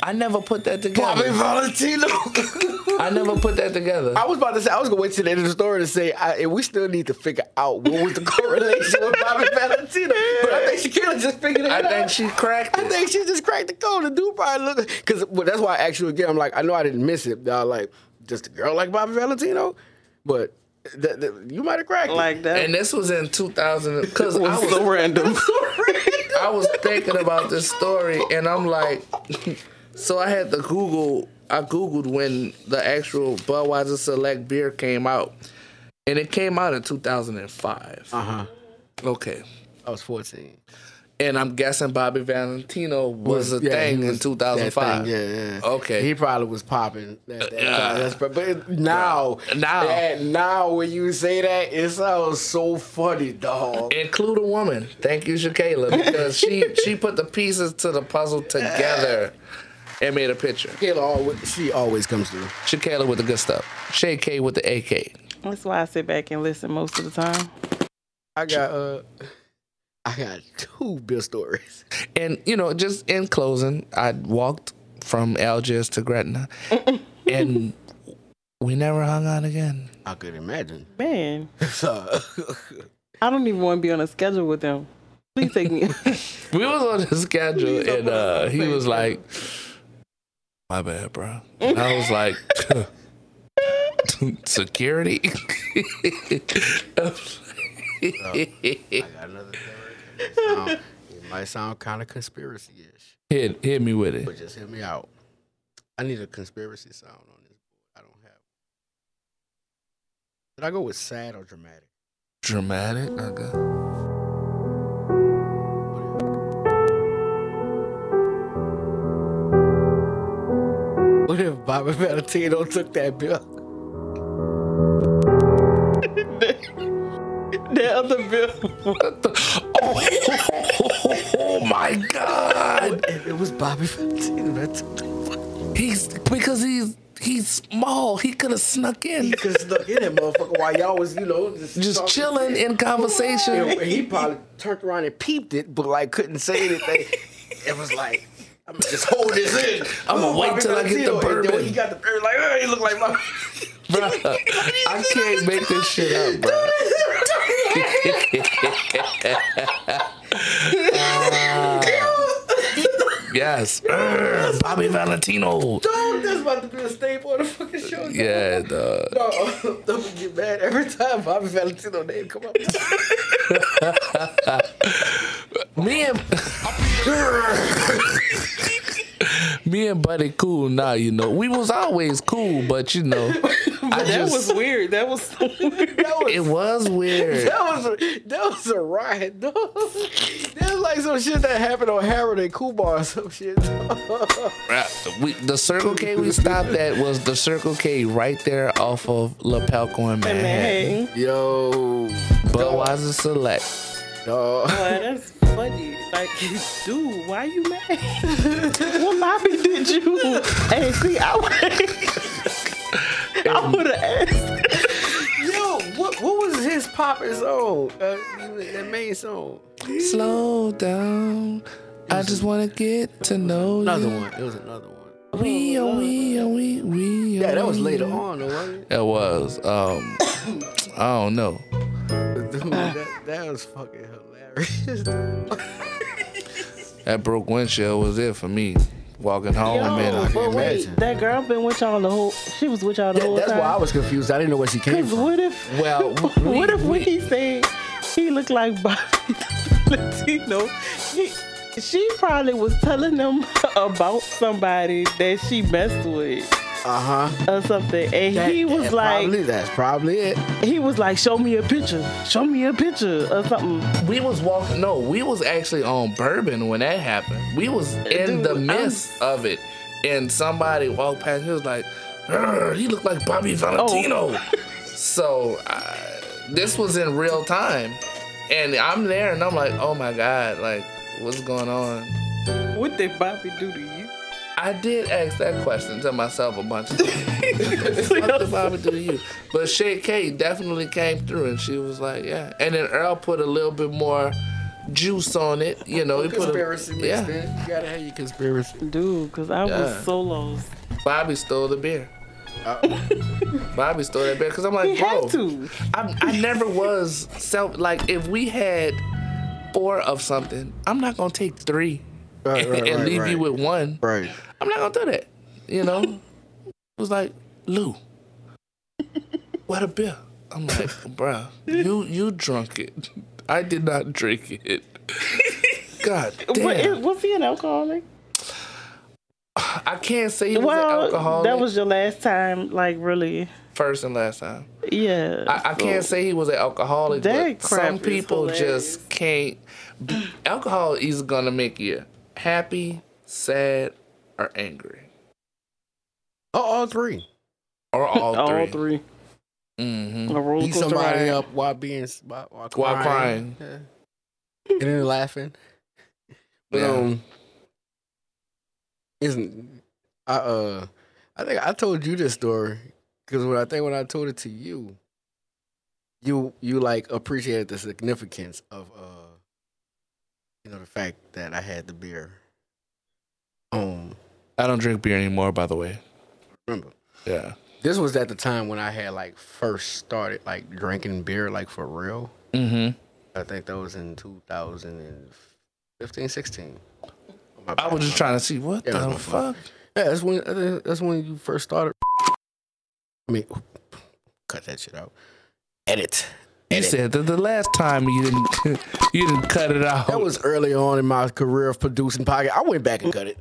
[SPEAKER 4] I never put that
[SPEAKER 5] Bobby
[SPEAKER 4] together.
[SPEAKER 5] Valentino.
[SPEAKER 4] I never put that together.
[SPEAKER 5] I was about to say I was gonna wait till the end of the story to say I, and we still need to figure out what was the correlation with Bobby Valentino. But I think Shakira just figured it
[SPEAKER 4] I
[SPEAKER 5] out.
[SPEAKER 4] think she cracked
[SPEAKER 5] I
[SPEAKER 4] it.
[SPEAKER 5] think she just cracked the code. The dude probably looked because well, that's why I actually again I'm like I know I didn't miss it. I like just a girl like Bobby Valentino, but th- th- you might have cracked
[SPEAKER 3] Like that.
[SPEAKER 4] And this was in 2000. Because I
[SPEAKER 3] It was
[SPEAKER 4] was
[SPEAKER 3] so random.
[SPEAKER 4] I was thinking about this story, and I'm like, so I had to Google. I googled when the actual Budweiser Select beer came out, and it came out in 2005.
[SPEAKER 5] it. Uh huh.
[SPEAKER 4] Okay,
[SPEAKER 5] I was 14.
[SPEAKER 4] and I'm guessing Bobby Valentino was a
[SPEAKER 5] Yeah,
[SPEAKER 4] thing
[SPEAKER 5] he was
[SPEAKER 4] in 2005.
[SPEAKER 5] that thing, yeah, yeah.
[SPEAKER 4] Okay.
[SPEAKER 5] He probably was popping. That, that
[SPEAKER 4] Yeah.
[SPEAKER 5] time. That's prob- but it- now,
[SPEAKER 4] Now.
[SPEAKER 5] that- now when you say that, it sounds so funny, dog.
[SPEAKER 4] Include a woman. Thank you, Shakayla, because she she put the pieces to the puzzle together and made a picture.
[SPEAKER 5] Kayla always, she always comes through.
[SPEAKER 4] Shakayla with the good stuff. Shay K with the AK.
[SPEAKER 3] That's why I sit back and listen most of the time.
[SPEAKER 5] I got uh, I got two bill stories.
[SPEAKER 4] And you know, just in closing, I walked from Algiers to Gretna, and we never hung out again.
[SPEAKER 5] I could imagine.
[SPEAKER 3] Man,
[SPEAKER 5] So,
[SPEAKER 3] I don't even want to be on a schedule with them. Please take me.
[SPEAKER 4] We was on the schedule, and uh, he was like, "My bad, bro." And I was like, "Security."
[SPEAKER 5] got another story. Sound- It might sound kind of conspiracy-ish,
[SPEAKER 4] hit hit me with it.
[SPEAKER 5] but just hear me out. I need a conspiracy sound on this. I don't have. Did I go with sad or dramatic?
[SPEAKER 4] Dramatic. Okay.
[SPEAKER 5] What if Bobby Valentino took that bill?
[SPEAKER 3] that other bill.
[SPEAKER 4] Oh my God!
[SPEAKER 5] It, it was Bobby Valentino. That's
[SPEAKER 4] He's because he's he's small. He could have snuck in,
[SPEAKER 5] because stuck in that motherfucker while y'all was, you know, just,
[SPEAKER 4] just
[SPEAKER 5] talking
[SPEAKER 4] chilling in
[SPEAKER 5] shit.
[SPEAKER 4] conversation.
[SPEAKER 5] And he probably turned around and peeped it, but like couldn't say anything. it was like. I'm gonna just hold this in.
[SPEAKER 4] I'ma
[SPEAKER 5] Oh,
[SPEAKER 4] wait
[SPEAKER 5] Bobby
[SPEAKER 4] till I get the
[SPEAKER 5] Valentino. And then when
[SPEAKER 4] bourbon.
[SPEAKER 5] he got the bourbon, like, oh, he look like my.
[SPEAKER 4] Bruh, I can't make this shit up, bro. Yes, Urgh, Bobby Valentino.
[SPEAKER 5] Dude, oh, that's about to be a staple on the fucking show. dog.
[SPEAKER 4] Yeah, dog.
[SPEAKER 5] No, don't get mad every time Bobby Valentino name come up.
[SPEAKER 4] Me and me and Buddy cool now. You know, we was always cool, but you know, I
[SPEAKER 3] That
[SPEAKER 4] just
[SPEAKER 3] was weird. That was so weird.
[SPEAKER 5] That was
[SPEAKER 4] it was weird.
[SPEAKER 5] that was a, that was a riot. dog. that was like some shit that happened on Harold and Kumar or some shit.
[SPEAKER 4] we, the Circle K we stopped at was the Circle K right there off of LaPelco and Manhattan.
[SPEAKER 3] Man,
[SPEAKER 5] Yo,
[SPEAKER 4] Budweiser Select.
[SPEAKER 5] dog.
[SPEAKER 3] boy, that's funny. Like, dude, why you mad? what lobby did you? Hey, see, I would. I would have asked.
[SPEAKER 5] Yo, what what was his poppin' song? Uh, that main song.
[SPEAKER 4] Slow down. I just wanna get to know
[SPEAKER 5] Another
[SPEAKER 4] you.
[SPEAKER 5] one. It was another one.
[SPEAKER 4] We oh we oh we we.
[SPEAKER 5] Yeah, that was
[SPEAKER 4] oh, we.
[SPEAKER 5] later on, though, wasn't it?
[SPEAKER 4] It was. Um, I don't know.
[SPEAKER 5] Dude, that, that was fucking hilarious.
[SPEAKER 4] That broke windshield was it for me. Walking home, man. I
[SPEAKER 5] but
[SPEAKER 4] can't
[SPEAKER 5] wait.
[SPEAKER 4] imagine.
[SPEAKER 3] That girl been with y'all the whole. She was with y'all the whole
[SPEAKER 5] That's
[SPEAKER 3] time.
[SPEAKER 5] why I was confused. I didn't know where she came
[SPEAKER 3] Cause
[SPEAKER 5] from.
[SPEAKER 3] what if?
[SPEAKER 4] Well, we-
[SPEAKER 3] what if we,
[SPEAKER 4] we-
[SPEAKER 3] said he looked like Bobby Latino? He, she probably was telling them about somebody that she messed with
[SPEAKER 5] Uh huh.
[SPEAKER 3] or something, and he was like,
[SPEAKER 5] probably, that's probably it.
[SPEAKER 3] he was like, show me a picture, show me a picture or something.
[SPEAKER 4] We was walking. No, we was actually on bourbon when that happened. We was in
[SPEAKER 3] Dude,
[SPEAKER 4] the
[SPEAKER 3] I'm-
[SPEAKER 4] midst of it, and somebody walked past. He was like, "Urgh, "He looked like Bobby Valentino." so I, this was in real time, and I'm there, and I'm like, "Oh my god, like what's going on?"
[SPEAKER 3] What did Bobby do to you?
[SPEAKER 4] I did ask that question to myself a bunch of times. what did Bobby do to you? But Shay K definitely came through and she was like, yeah. And then Earl put a little bit more juice on it. You know, he put a, yeah.
[SPEAKER 5] man. You gotta have your conspiracy.
[SPEAKER 3] Dude, cause I
[SPEAKER 4] Yeah.
[SPEAKER 3] was so lost.
[SPEAKER 4] Bobby stole the beer. Bobby stole that beer because I'm like,
[SPEAKER 3] He
[SPEAKER 4] bro,
[SPEAKER 3] had to.
[SPEAKER 4] I, I never was self like if we had four of something, I'm not gonna take three
[SPEAKER 5] Right,
[SPEAKER 4] and,
[SPEAKER 5] right,
[SPEAKER 4] and
[SPEAKER 5] right,
[SPEAKER 4] leave you
[SPEAKER 5] right.
[SPEAKER 4] with one.
[SPEAKER 5] Right.
[SPEAKER 4] I'm not gonna do that. You know? it was like, Lou, what a beer. I'm like, bruh, you you drunk it. I did not drink it. God
[SPEAKER 3] But it,
[SPEAKER 4] damn.
[SPEAKER 3] was he an alcoholic?
[SPEAKER 4] I can't say he was
[SPEAKER 3] well,
[SPEAKER 4] an alcoholic
[SPEAKER 3] that was your last time, like really.
[SPEAKER 4] first and last time.
[SPEAKER 3] Yeah.
[SPEAKER 4] I, I can't say he was an alcoholic,
[SPEAKER 3] That
[SPEAKER 4] but
[SPEAKER 3] crap
[SPEAKER 4] some
[SPEAKER 3] is
[SPEAKER 4] people
[SPEAKER 3] hilarious.
[SPEAKER 4] just can't. Alcohol is gonna make you happy, sad, or angry,
[SPEAKER 5] Oh, all three.
[SPEAKER 4] or all three.
[SPEAKER 3] All three.
[SPEAKER 4] Mm-hmm.
[SPEAKER 3] A roller
[SPEAKER 5] Beat
[SPEAKER 3] coaster
[SPEAKER 5] somebody
[SPEAKER 3] ride.
[SPEAKER 5] up while being while, while
[SPEAKER 4] While
[SPEAKER 5] crying, Yeah. and then laughing. But
[SPEAKER 4] Yeah.
[SPEAKER 5] um, isn't I uh I think I told you this story because when I think when I told it to you, you you like appreciated the significance of uh you know the fact that I had the beer. Um,
[SPEAKER 4] I don't drink beer anymore, by the way.
[SPEAKER 5] remember
[SPEAKER 4] Yeah.
[SPEAKER 5] this was at the time when I had like first started like drinking beer like for real.
[SPEAKER 4] Mm-hmm.
[SPEAKER 5] I think that was in 2015, 16.
[SPEAKER 4] I was just trying to see what
[SPEAKER 5] Yeah, that's
[SPEAKER 4] the
[SPEAKER 5] my fault.
[SPEAKER 4] fuck.
[SPEAKER 5] Yeah, that's when I think that's when you first started. I mean, cut that shit out. Edit.
[SPEAKER 4] You said that the last time you didn't you didn't cut it out.
[SPEAKER 5] That was early on in my career of producing podcast. I went back and cut it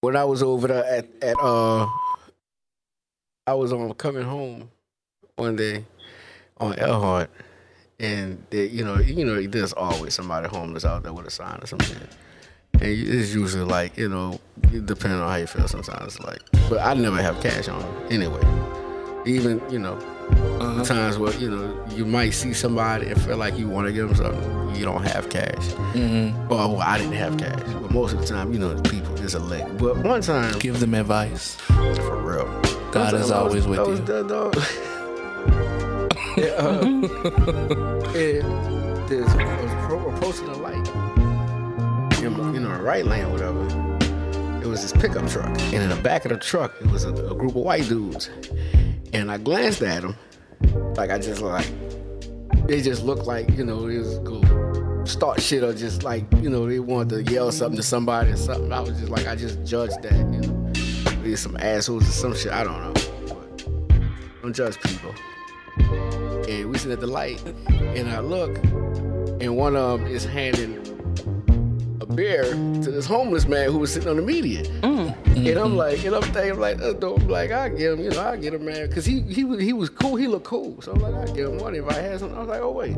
[SPEAKER 5] when I was over there at at uh. I was on coming home one day on Elhart, and they, you know, you know, there's always somebody homeless out there with a sign or something. And it's usually like you know, depending on how you feel, sometimes like. But I never have cash on me anyway. Even you know,
[SPEAKER 4] Uh-huh.
[SPEAKER 5] times where you know you might see somebody and feel like you want to give them something. You don't have cash. Or well, I didn't have cash, but most of the time, you know, the people just elect. But one time,
[SPEAKER 4] Give them advice.
[SPEAKER 5] for real,
[SPEAKER 4] God is always with
[SPEAKER 5] I was
[SPEAKER 4] you.
[SPEAKER 5] done, dog. yeah, uh, yeah, this I was pro- approaching the light. In, my- you know, a right lane or whatever. It was this pickup truck, and in the back of the truck, it was a, a group of white dudes. And I glanced at them, like I just like they just looked like you know they was go start shit or just like you know they wanted to yell something to somebody or something. I was just like I just judged that. You know, they some assholes or some shit. I don't know. But Don't judge people. And we sit at the light, and I look, and one of them is handing a beer to this homeless man who was sitting on the median. And I'm like, and I'm thinking, like, that's dope. I'm like, I get him, you know, I get him, man, because he he was he was cool, he looked cool. So I'm like, I get him one if I had something. I was like, oh wait,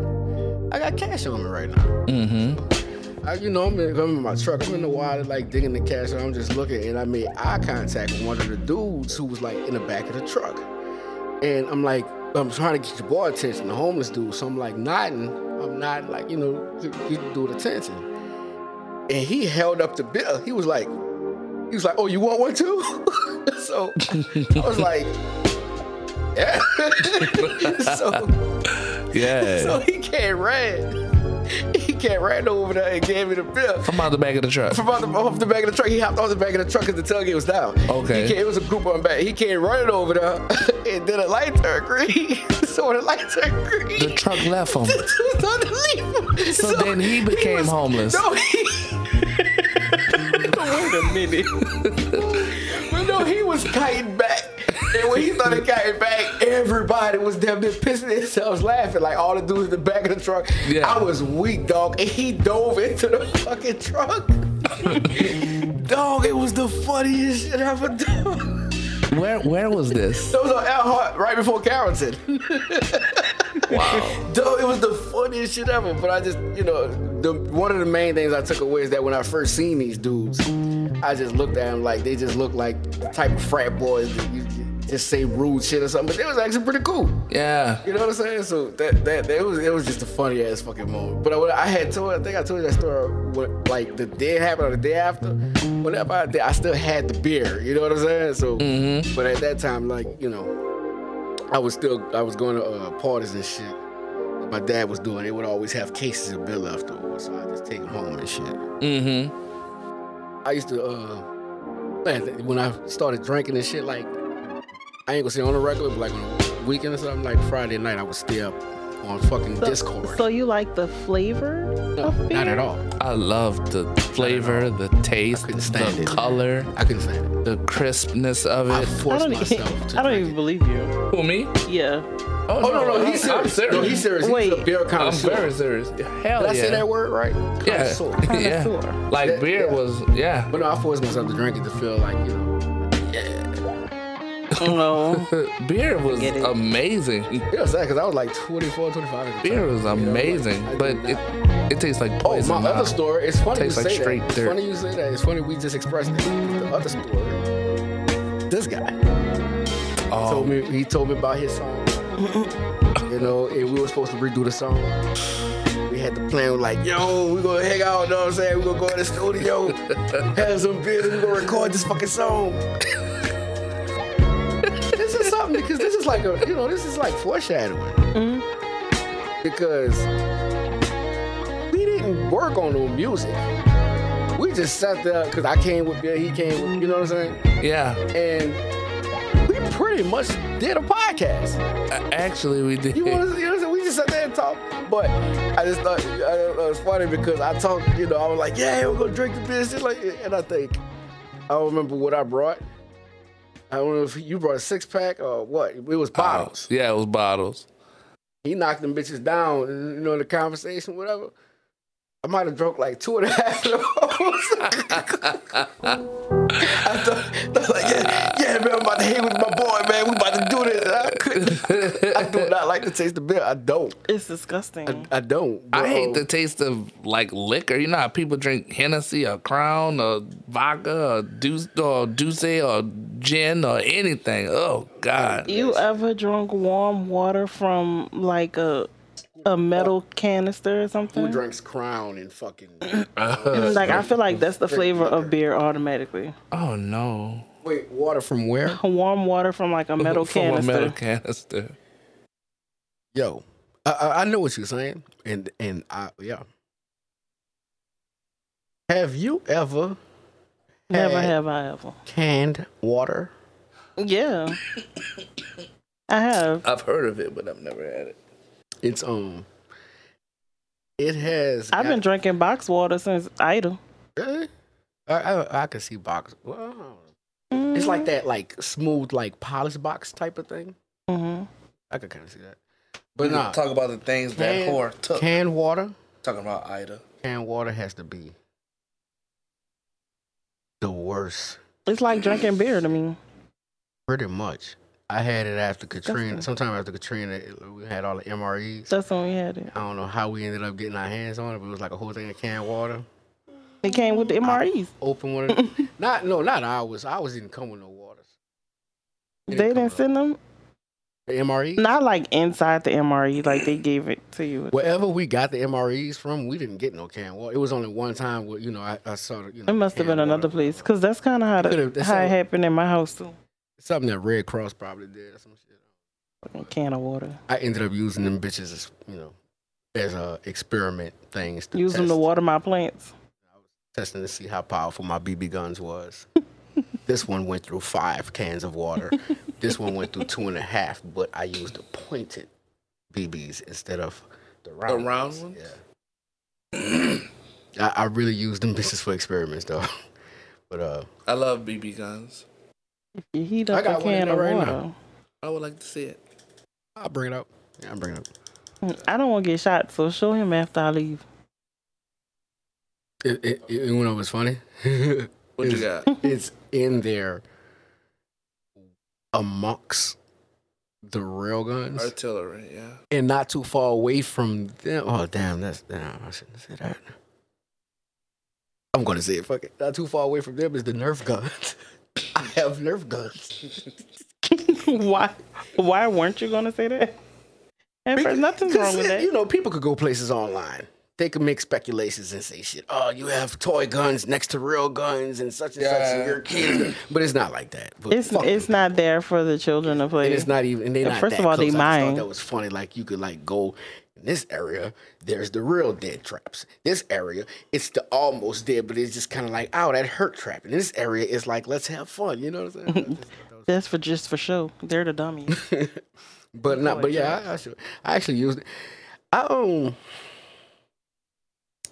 [SPEAKER 5] I got cash on me right now. Mm-hmm. I, you know, I'm in, I'm in my truck, I'm in the water, like digging the cash, and I'm just looking, and I made eye contact with one of the dudes who was like in the back of the truck, and I'm like, I'm trying to get your boy attention, the homeless dude. So I'm like nodding, I'm nodding, like you know, get get the dude attention, and he held up the bill. He was like. He was like, "Oh, you want one too?" so I was like, "Yeah." so, so
[SPEAKER 4] Yeah.
[SPEAKER 5] he came ran. He came ran over there and gave me the bill.
[SPEAKER 4] From out the back of the truck.
[SPEAKER 5] From off the, off the back of the truck, he hopped off the back of the truck because the tailgate was down.
[SPEAKER 4] Okay.
[SPEAKER 5] He came, it was a group on back. He came running over there, and then a light turned green. so when the light turned green,
[SPEAKER 4] The truck left him.
[SPEAKER 5] so the leaf-
[SPEAKER 4] So then he became homeless.
[SPEAKER 5] No, he. Wait a minute. but no, he was kiting back. And when he started kiting back, everybody was damn near pissing themselves laughing. Like all the dudes in the back of the truck.
[SPEAKER 4] Yeah.
[SPEAKER 5] I was weak, dog. And he dove into the fucking truck. dog, it was the funniest shit I've ever done.
[SPEAKER 4] Where where was this?
[SPEAKER 5] That was on Elhart right before Carrollton. wow. Dude, it was the funniest shit ever. But I just, you know, the one of the main things I took away is that when I first seen these dudes, I just looked at them like they just looked like the type of frat boys that you just say rude shit or something. But they was actually pretty cool.
[SPEAKER 4] Yeah.
[SPEAKER 5] You know what I'm saying? So that that, that was it was just a funny ass fucking moment. But I, I had told I think I told you that story what like the day it happened or the day after. Whatever I did, I still had the beer. You know what I'm saying? So,
[SPEAKER 4] Mm.
[SPEAKER 5] but at that time, like you know, I was still I was going to uh, parties and shit. My dad was doing. They would always have cases of beer left over, so I just take them home and shit.
[SPEAKER 4] Mm-hmm.
[SPEAKER 5] I used to uh man, when I started drinking and shit like I ain't gonna say on the regular, but like on the weekend or something, like Friday night I would stay up on fucking
[SPEAKER 3] So,
[SPEAKER 5] Discord.
[SPEAKER 3] so you like the flavor
[SPEAKER 5] No,
[SPEAKER 3] of beer?
[SPEAKER 5] not at all.
[SPEAKER 4] I love the flavor, the taste,
[SPEAKER 5] couldn't stand
[SPEAKER 4] the
[SPEAKER 5] it.
[SPEAKER 4] color,
[SPEAKER 5] I couldn't stand it.
[SPEAKER 4] the crispness of
[SPEAKER 5] I
[SPEAKER 4] it.
[SPEAKER 3] I
[SPEAKER 5] forced
[SPEAKER 3] don't, e-
[SPEAKER 5] myself to
[SPEAKER 3] I don't
[SPEAKER 5] drink
[SPEAKER 3] even
[SPEAKER 5] it.
[SPEAKER 3] believe you.
[SPEAKER 4] Who me?
[SPEAKER 3] Yeah.
[SPEAKER 5] Oh no, no, he's
[SPEAKER 4] I'm
[SPEAKER 5] serious. No, he's serious. He's a
[SPEAKER 3] Wait.
[SPEAKER 5] beer
[SPEAKER 4] I'm
[SPEAKER 5] connoisseur.
[SPEAKER 4] very serious. Hell
[SPEAKER 5] Did I
[SPEAKER 4] yeah.
[SPEAKER 5] say that word right?
[SPEAKER 4] Yeah.
[SPEAKER 5] Connoisseur.
[SPEAKER 4] yeah.
[SPEAKER 3] Connoisseur.
[SPEAKER 4] Like
[SPEAKER 5] Yeah,
[SPEAKER 4] beer
[SPEAKER 5] yeah.
[SPEAKER 4] was yeah.
[SPEAKER 5] But no, I forced myself to drink it to feel like, you know,
[SPEAKER 3] No.
[SPEAKER 4] beer was
[SPEAKER 3] Forget it.
[SPEAKER 4] amazing.
[SPEAKER 5] you know because I was like 24, 25 at the
[SPEAKER 4] Beer
[SPEAKER 5] time.
[SPEAKER 4] was
[SPEAKER 5] You know, like,
[SPEAKER 4] amazing,
[SPEAKER 5] I did
[SPEAKER 4] but
[SPEAKER 5] not-
[SPEAKER 4] it it tastes like
[SPEAKER 5] Oh,
[SPEAKER 4] poison.
[SPEAKER 5] my
[SPEAKER 4] now.
[SPEAKER 5] other story. It's funny you
[SPEAKER 4] Tastes
[SPEAKER 5] say
[SPEAKER 4] like straight
[SPEAKER 5] that.
[SPEAKER 4] dirt.
[SPEAKER 5] It's funny you say that. It's funny we just expressed it. The other story. This guy told
[SPEAKER 4] Oh,
[SPEAKER 5] me he told me about his song. you know, and we were supposed to redo the song. We had the plan. We're like, yo, we gonna hang out. Know what I'm saying? We gonna go in the studio, have some beers, and we gonna record this fucking song. this is something because this is like a you know this is like foreshadowing
[SPEAKER 3] Mm-hmm.
[SPEAKER 5] because we didn't work on no music. We just sat there because I came with beer, he came with you know what I'm
[SPEAKER 4] yeah.
[SPEAKER 5] saying, and we pretty much did a podcast.
[SPEAKER 4] A- Actually, we did. Oh,
[SPEAKER 5] You know what I'm saying? You know what I'm saying? We just sat there and talked. But I just thought I don't know, it's funny because I talked, you know, I was like, yeah, we're gonna drink the beer, shit like, and I think I don't remember what I brought. I don't know if you brought a six pack or what. It
[SPEAKER 4] Oh,
[SPEAKER 5] was bottles.
[SPEAKER 4] Yeah, it was bottles.
[SPEAKER 5] He knocked them bitches down, you know, in the conversation, whatever. I might have drunk like two and a half of those. I thought, I was like, yeah, yeah, man, I'm about to hang with my boy, man. We about to do this. huh? couldn't. I do not like to taste the beer. I don't.
[SPEAKER 3] It's disgusting.
[SPEAKER 5] I, I don't.
[SPEAKER 4] I hate
[SPEAKER 5] Bro.
[SPEAKER 4] the taste of like liquor. You know how people drink Hennessy or Crown or vodka or Deuce or Douce or gin or anything. Oh God!
[SPEAKER 3] you ever drunk warm water from like a a metal canister or something?
[SPEAKER 5] Who drinks Crown and fucking?
[SPEAKER 3] Like I feel like that's the flavor of beer automatically.
[SPEAKER 4] Oh no!
[SPEAKER 5] Wait, water from where?
[SPEAKER 3] Warm water from like a metal
[SPEAKER 4] From
[SPEAKER 3] canister.
[SPEAKER 4] a metal canister.
[SPEAKER 5] Yo, I, I, I know what you're saying, and and I yeah. Have you ever
[SPEAKER 3] Never
[SPEAKER 5] had
[SPEAKER 3] have I ever.
[SPEAKER 5] canned water?
[SPEAKER 3] Yeah. I have.
[SPEAKER 4] I've heard of it, but I've never had it.
[SPEAKER 5] It's um. It has.
[SPEAKER 3] I've been
[SPEAKER 5] got-
[SPEAKER 3] drinking box water since Idol.
[SPEAKER 5] Really? I I, I can see box. Well, I don't know. It's
[SPEAKER 3] Mm-hmm.
[SPEAKER 5] like that, like smooth, like polished box type of thing.
[SPEAKER 3] hmm
[SPEAKER 5] I could kind of see that. But nah,
[SPEAKER 4] talk about the things that
[SPEAKER 5] Can-
[SPEAKER 4] whore took.
[SPEAKER 5] canned water.
[SPEAKER 4] Talking about Ida.
[SPEAKER 5] Canned water has to be the worst.
[SPEAKER 3] It's like drinking beer to me.
[SPEAKER 5] Pretty much. I had it after Katrina.
[SPEAKER 3] Disgusting.
[SPEAKER 5] Sometime after Katrina, it- we had all the MREs.
[SPEAKER 3] That's when we had it.
[SPEAKER 5] I don't know how we ended up getting our hands on it, but it was like a whole thing of canned water.
[SPEAKER 3] It came with the E? MREs.
[SPEAKER 5] Open one. Of not no, not ours. Ours didn't come with no waters. It
[SPEAKER 3] They
[SPEAKER 5] come
[SPEAKER 3] didn't
[SPEAKER 5] with-
[SPEAKER 3] send them.
[SPEAKER 5] the E? MRE.
[SPEAKER 3] Not like inside the MRE, like they gave it to you.
[SPEAKER 5] Wherever we got the MREs from, we didn't get no canned water. It was only one time where you know I, I saw the, you know.
[SPEAKER 3] It must have been
[SPEAKER 5] canned
[SPEAKER 3] another
[SPEAKER 5] water.
[SPEAKER 3] place, cause that's kind of how,
[SPEAKER 5] Could've-
[SPEAKER 3] the,
[SPEAKER 5] that's
[SPEAKER 3] how it
[SPEAKER 5] how-
[SPEAKER 3] happened in my house too.
[SPEAKER 5] Something that Red Cross probably did. or Some shit.
[SPEAKER 3] Fucking can of water.
[SPEAKER 5] I ended up using them bitches as you know as a experiment things. To
[SPEAKER 3] Use them to
[SPEAKER 5] test-
[SPEAKER 3] water my plants.
[SPEAKER 5] testing to see how powerful my BB guns was. this one went through five cans of water. this one went through two and a half, but I used the pointed BBs instead of the round.
[SPEAKER 4] round
[SPEAKER 5] ones.
[SPEAKER 4] ones?
[SPEAKER 5] Yeah. I, I really used them bitches for experiments though. But uh,
[SPEAKER 4] I love BB guns.
[SPEAKER 3] You heat
[SPEAKER 5] I
[SPEAKER 3] up
[SPEAKER 5] got
[SPEAKER 3] a
[SPEAKER 5] one in
[SPEAKER 3] can
[SPEAKER 5] there
[SPEAKER 3] of
[SPEAKER 5] right
[SPEAKER 3] water.
[SPEAKER 4] I would like to see it.
[SPEAKER 5] I'll bring it up. Yeah, I'll bring it up.
[SPEAKER 3] I don't want to get shot, so show him after I leave.
[SPEAKER 5] It, it, it, you know what's funny?
[SPEAKER 4] What you
[SPEAKER 5] Is-
[SPEAKER 4] got?
[SPEAKER 5] it's in there amongst the railguns.
[SPEAKER 4] Artillery, yeah.
[SPEAKER 5] and not too far away from them. Oh damn, that's damn. I shouldn't say that. I'm gonna say it. Fuck it. Not too far away from them is the Nerf guns. I have Nerf guns.
[SPEAKER 3] why? Why weren't you gonna say that? At first, nothing's wrong with
[SPEAKER 5] Because, You
[SPEAKER 3] that.
[SPEAKER 5] know, people could go places online. They could make speculations and say shit. Oh, you have toy guns next to real guns and such and such. And
[SPEAKER 4] Yeah.
[SPEAKER 5] your kids, but it's not like that. But
[SPEAKER 3] It's
[SPEAKER 5] fuck
[SPEAKER 3] it's
[SPEAKER 5] them.
[SPEAKER 3] not there for the children to play.
[SPEAKER 5] And it's not even. And they
[SPEAKER 3] And
[SPEAKER 5] not
[SPEAKER 3] first
[SPEAKER 5] that
[SPEAKER 3] of all, they
[SPEAKER 5] close. I just thought
[SPEAKER 3] mine.
[SPEAKER 5] that was funny. Like you could like go in this area. There's the real dead traps. This area, it's the almost dead, but it's just kind of like, oh, that hurt trap. And this area is like, let's have fun. You know what I'm saying?
[SPEAKER 3] That's for just for show. They're the dummies.
[SPEAKER 5] but not. But yeah, I, I should. I actually used. it. I own.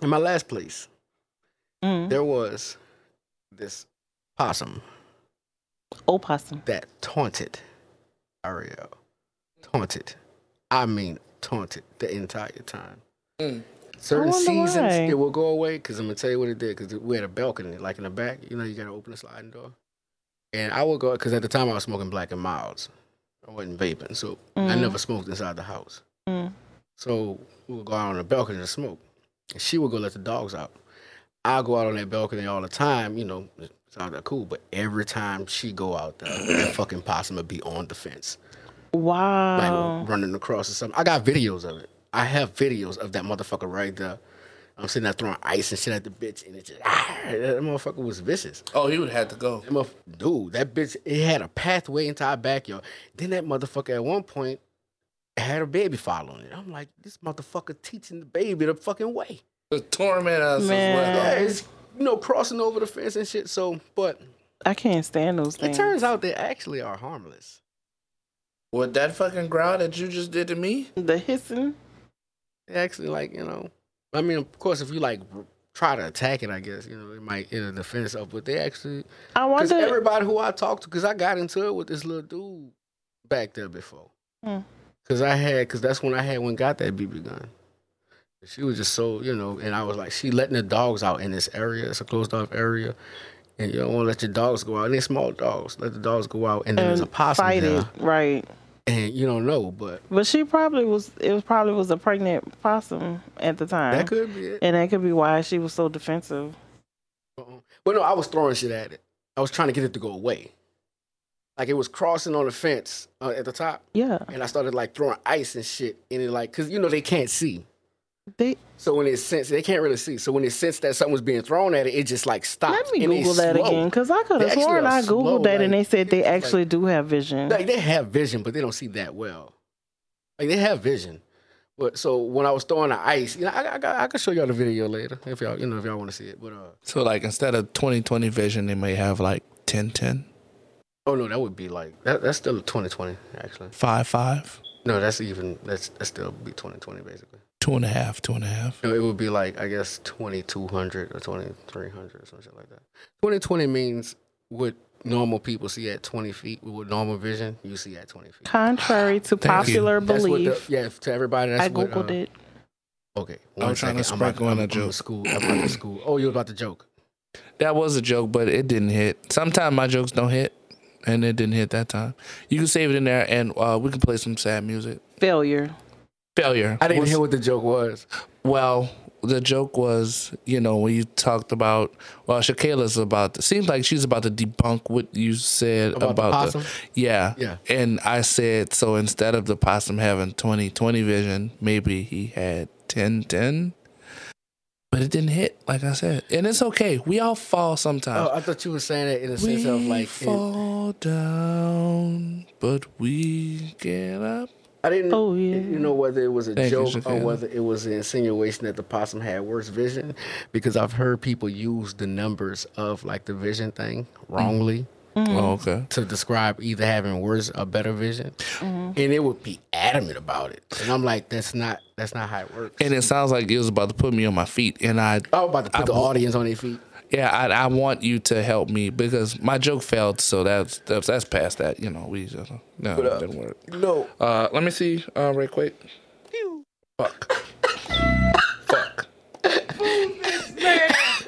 [SPEAKER 5] In my last place,
[SPEAKER 3] Mm.
[SPEAKER 5] there was this possum
[SPEAKER 3] Oh, Opossum.
[SPEAKER 5] that taunted Ariel. Taunted. I mean, taunted the entire time.
[SPEAKER 4] Mm.
[SPEAKER 5] Certain
[SPEAKER 3] I wonder
[SPEAKER 5] seasons,
[SPEAKER 3] why.
[SPEAKER 5] it will go away because I'm going to tell you what it did because we had a balcony, like in the back. You know, you got to open the sliding door. And I would go, because at the time I was smoking black and milds. I wasn't vaping, so I
[SPEAKER 3] Mhm.
[SPEAKER 5] never smoked inside the house.
[SPEAKER 3] Mm.
[SPEAKER 5] So we would go out on the balcony to smoke. And she would go let the dogs out. I go out on that balcony all the time, you know, it's all that cool. But every time she go out there, that fucking possum would be on the fence, like
[SPEAKER 3] Wow.
[SPEAKER 5] running across or something. I got videos of it. I have videos of that motherfucker right there. I'm sitting there throwing ice and shit at the bitch, and it just ah, that motherfucker was vicious.
[SPEAKER 4] Oh, he would have to go.
[SPEAKER 5] That motherf- dude, that bitch, it had a pathway into our backyard. Then that motherfucker at one point had a baby following it. I'm like, this motherfucker teaching the baby the fucking way.
[SPEAKER 4] To torment us
[SPEAKER 3] Man.
[SPEAKER 5] Yeah,
[SPEAKER 4] as well.
[SPEAKER 5] it's you know crossing over the fence and shit. So, but
[SPEAKER 3] I can't stand those
[SPEAKER 5] it
[SPEAKER 3] things.
[SPEAKER 5] turns out they actually are harmless.
[SPEAKER 4] With that fucking growl that you just did to me?
[SPEAKER 3] the hissing.
[SPEAKER 5] They actually like you know, I mean, of course, if you like r- try to attack it, I guess you know it might end the fence up. But they actually
[SPEAKER 3] I
[SPEAKER 5] because
[SPEAKER 3] wonder.
[SPEAKER 5] everybody who I talked to, because I got into it with this little dude back there before,
[SPEAKER 3] Hmm.
[SPEAKER 5] because I had because that's when I had one got that BB gun. She was just so you know, and I was like, she letting the dogs out in this area. It's a closed off area. And you don't want to let your dogs go out. And they're small dogs. Let the dogs go out. And then there's a
[SPEAKER 3] and
[SPEAKER 5] possum
[SPEAKER 3] fight
[SPEAKER 5] there.
[SPEAKER 3] it right.
[SPEAKER 5] and you don't know, but
[SPEAKER 3] But she probably was. It was probably was a pregnant possum at the time.
[SPEAKER 5] that could be it.
[SPEAKER 3] Uh-huh. and that could be why she was so defensive.
[SPEAKER 5] Uh-uh. Well, no, I was throwing shit at it. I was trying to get it to go away. Like it was crossing on the fence uh, at the top,
[SPEAKER 3] Yeah,
[SPEAKER 5] and I started like throwing ice and shit, and it like, cause you know they can't see.
[SPEAKER 3] they.
[SPEAKER 5] So when it sensed, they can't really see. So when it sensed that something was being thrown at it, it just like stopped.
[SPEAKER 3] Let me
[SPEAKER 5] and they
[SPEAKER 3] Google that
[SPEAKER 5] slow.
[SPEAKER 3] again because I could
[SPEAKER 5] They
[SPEAKER 3] have
[SPEAKER 5] actually
[SPEAKER 3] sworn
[SPEAKER 5] are
[SPEAKER 3] I googled
[SPEAKER 5] slow,
[SPEAKER 3] that and they
[SPEAKER 5] like-
[SPEAKER 3] said they
[SPEAKER 5] like-
[SPEAKER 3] actually do have vision.
[SPEAKER 5] Like they have vision, but they don't see that well. Like they have vision, but so when I was throwing the ice, you know, I, I, got- I could show y'all the video later if y'all, you know, if y'all want to see it. But uh,
[SPEAKER 4] So like instead of 2020 vision, they may have like 1010,
[SPEAKER 5] oh no, that would be like that, that's still 2020 actually.
[SPEAKER 4] 55,
[SPEAKER 5] No, that's even that's that's still be 2020 basically.
[SPEAKER 4] two and a half, two and a half.
[SPEAKER 5] No, it would be like I guess 2200 or 2300 or something like that. 2020 means what normal people see at 20 feet, what normal vision you see at 20 feet.
[SPEAKER 3] Contrary to
[SPEAKER 4] Thank you.
[SPEAKER 3] popular
[SPEAKER 5] That's what the-
[SPEAKER 3] belief,
[SPEAKER 5] yeah, to everybody. That's
[SPEAKER 3] I
[SPEAKER 5] what,
[SPEAKER 3] googled
[SPEAKER 5] uh,
[SPEAKER 3] it.
[SPEAKER 5] Okay.
[SPEAKER 4] I was trying to
[SPEAKER 5] second. I'm about
[SPEAKER 4] sprinkle in a
[SPEAKER 5] I'm- I'm
[SPEAKER 4] joke.
[SPEAKER 5] School. I'm about to school. Oh, you were about to joke.
[SPEAKER 4] That was a joke, but it didn't hit. Sometimes my jokes don't hit, and it didn't hit that time. You can save it in there, and uh, we can play some sad music.
[SPEAKER 3] Failure.
[SPEAKER 4] Failure.
[SPEAKER 5] I didn't
[SPEAKER 4] Was-
[SPEAKER 5] hear what the joke was.
[SPEAKER 4] Well, the joke was, you know, when you talked about, well, Shakayla's about. seems like she's about to debunk what you said
[SPEAKER 5] About the Uh,
[SPEAKER 4] about,
[SPEAKER 5] possum?
[SPEAKER 4] yeah,
[SPEAKER 5] Yeah.
[SPEAKER 4] And I said so instead of the possum having 20-20 vision, maybe he had 10-10. But it didn't hit, like I said, and it's okay. We all fall sometimes.
[SPEAKER 5] Oh, I thought you were saying it in a
[SPEAKER 4] we
[SPEAKER 5] sense of like. it-
[SPEAKER 4] fall down, but we get up.
[SPEAKER 5] I didn't.
[SPEAKER 3] Oh, yeah.
[SPEAKER 5] You know whether it was a
[SPEAKER 4] Thank you,
[SPEAKER 5] joke or
[SPEAKER 4] Shaquille.
[SPEAKER 5] whether it was an insinuation that the possum had worse vision, because I've heard people use the numbers of like the vision thing wrongly
[SPEAKER 4] Oh, okay.
[SPEAKER 3] Mm-hmm.
[SPEAKER 5] to describe either having worse or better vision, and it would be adamant about it. And I'm like, that's not that's not how it works.
[SPEAKER 4] And it sounds like it was about to put me on my feet, and I
[SPEAKER 5] I was about to put
[SPEAKER 4] I
[SPEAKER 5] the
[SPEAKER 4] will-
[SPEAKER 5] audience on their feet.
[SPEAKER 4] yeah, I, I want you to help me because my joke failed, so that's that's, that's past that. You know, we just uh, no, it didn't work.
[SPEAKER 5] No,
[SPEAKER 4] Uh, let me see, uh, right quick. Fuck. Fuck.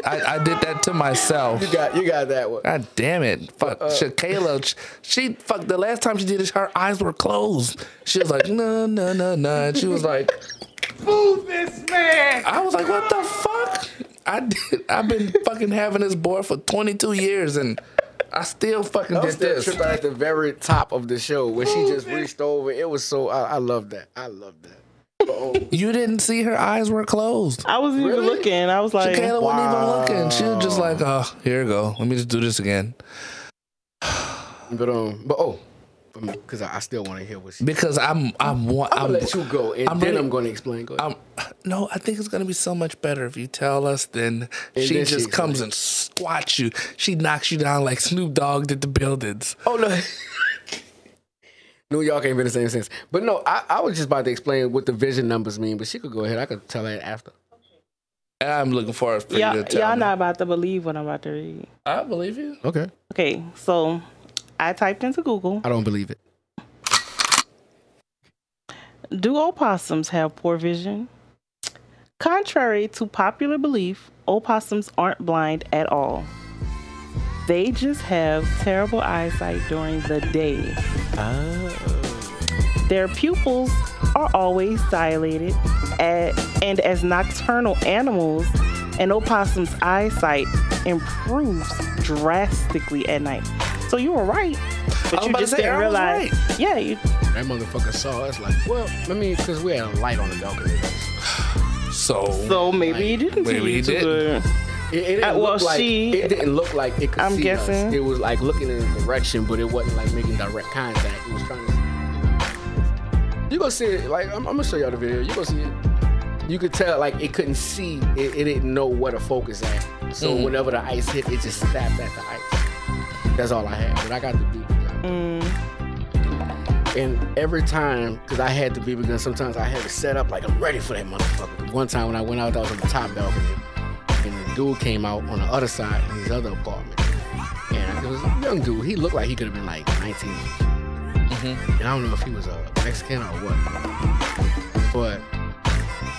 [SPEAKER 4] I, I did that to myself.
[SPEAKER 5] you got you got that one.
[SPEAKER 4] God damn it. Fuck.
[SPEAKER 5] Uh,
[SPEAKER 4] Shakayla, sh- she, fuck, the last time she did this, her eyes were closed. She was like, no, no, no, no. And she was like, fool this man. I was like, what the fuck? I did, I've been fucking having this boy for 22 years and I still fucking
[SPEAKER 5] I
[SPEAKER 4] did
[SPEAKER 5] was still
[SPEAKER 4] this.
[SPEAKER 5] tripping at the very top of the show when she just reached over. It was so I, I love that. I love that.
[SPEAKER 4] You didn't see her eyes were closed.
[SPEAKER 3] I wasn't even
[SPEAKER 5] Really?
[SPEAKER 3] looking. I was like,
[SPEAKER 4] Shakayla
[SPEAKER 5] Wow.
[SPEAKER 4] wasn't even looking. She was just like, oh, here we go. Let me just do this again.
[SPEAKER 5] But um, but oh, because I, I still want to hear what she.
[SPEAKER 4] Because I'm, I'm, I'm,
[SPEAKER 5] I'm gonna let you go, and
[SPEAKER 4] I'm
[SPEAKER 5] then
[SPEAKER 4] really-
[SPEAKER 5] I'm gonna explain. Go ahead.
[SPEAKER 4] Um, no, I think it's gonna be so much better if you tell us. Then
[SPEAKER 5] And
[SPEAKER 4] she
[SPEAKER 5] then
[SPEAKER 4] just
[SPEAKER 5] she-
[SPEAKER 4] comes and squats you. She knocks you down like Snoop Dogg did the buildings.
[SPEAKER 5] oh no. New York ain't been the same since. But no, I, I was just about to explain what the vision numbers mean, but she could go ahead. I could tell her after.
[SPEAKER 4] And I'm looking forward for
[SPEAKER 3] y'all,
[SPEAKER 4] you to tell
[SPEAKER 3] y'all
[SPEAKER 4] me.
[SPEAKER 3] not about to believe what I'm about to read.
[SPEAKER 4] I believe you.
[SPEAKER 5] Okay.
[SPEAKER 3] Okay, so I typed into Google,
[SPEAKER 5] I don't believe it.
[SPEAKER 3] do opossums have poor vision? Contrary to popular belief, opossums aren't blind at all. They just have terrible eyesight during the day.
[SPEAKER 4] Oh.
[SPEAKER 3] Their pupils are always dilated, a- and as nocturnal animals, an opossum's eyesight improves drastically at night. So you were right,
[SPEAKER 4] I was
[SPEAKER 3] but you
[SPEAKER 4] about to
[SPEAKER 3] just
[SPEAKER 4] say,
[SPEAKER 3] didn't
[SPEAKER 4] I was
[SPEAKER 3] realize. Yeah, you,
[SPEAKER 5] That motherfucker saw us like, well, I mean, because we had a light on the balcony.
[SPEAKER 4] So,
[SPEAKER 3] so maybe you didn't.
[SPEAKER 4] Maybe
[SPEAKER 3] see
[SPEAKER 4] he
[SPEAKER 3] you too
[SPEAKER 4] didn't.
[SPEAKER 3] good.
[SPEAKER 5] It, it didn't
[SPEAKER 3] Uh, well,
[SPEAKER 5] look like
[SPEAKER 3] she-
[SPEAKER 5] it didn't look like it could
[SPEAKER 3] I'm
[SPEAKER 5] see us.
[SPEAKER 3] guessing.
[SPEAKER 5] It was like looking in a direction, but it wasn't like making direct contact. It was trying to. You gonna see it? Like I'm, I'm gonna show y'all the video. You gonna see it? You could tell like it couldn't see. It, it didn't know where to focus at. So
[SPEAKER 3] Mm.
[SPEAKER 5] whenever the ice hit, it just snapped at the ice. That's all I had. But I got the beat.
[SPEAKER 3] Mm.
[SPEAKER 5] And every time, because I had the BB gun, sometimes I had it set up like I'm ready for that motherfucker. One time when I went out, I was on the top balcony, and the dude came out on the other side in his other apartment. And it was a young dude. He looked like he could have been like 19.
[SPEAKER 4] Mm-hmm.
[SPEAKER 5] And I don't know if he was a Mexican or what, but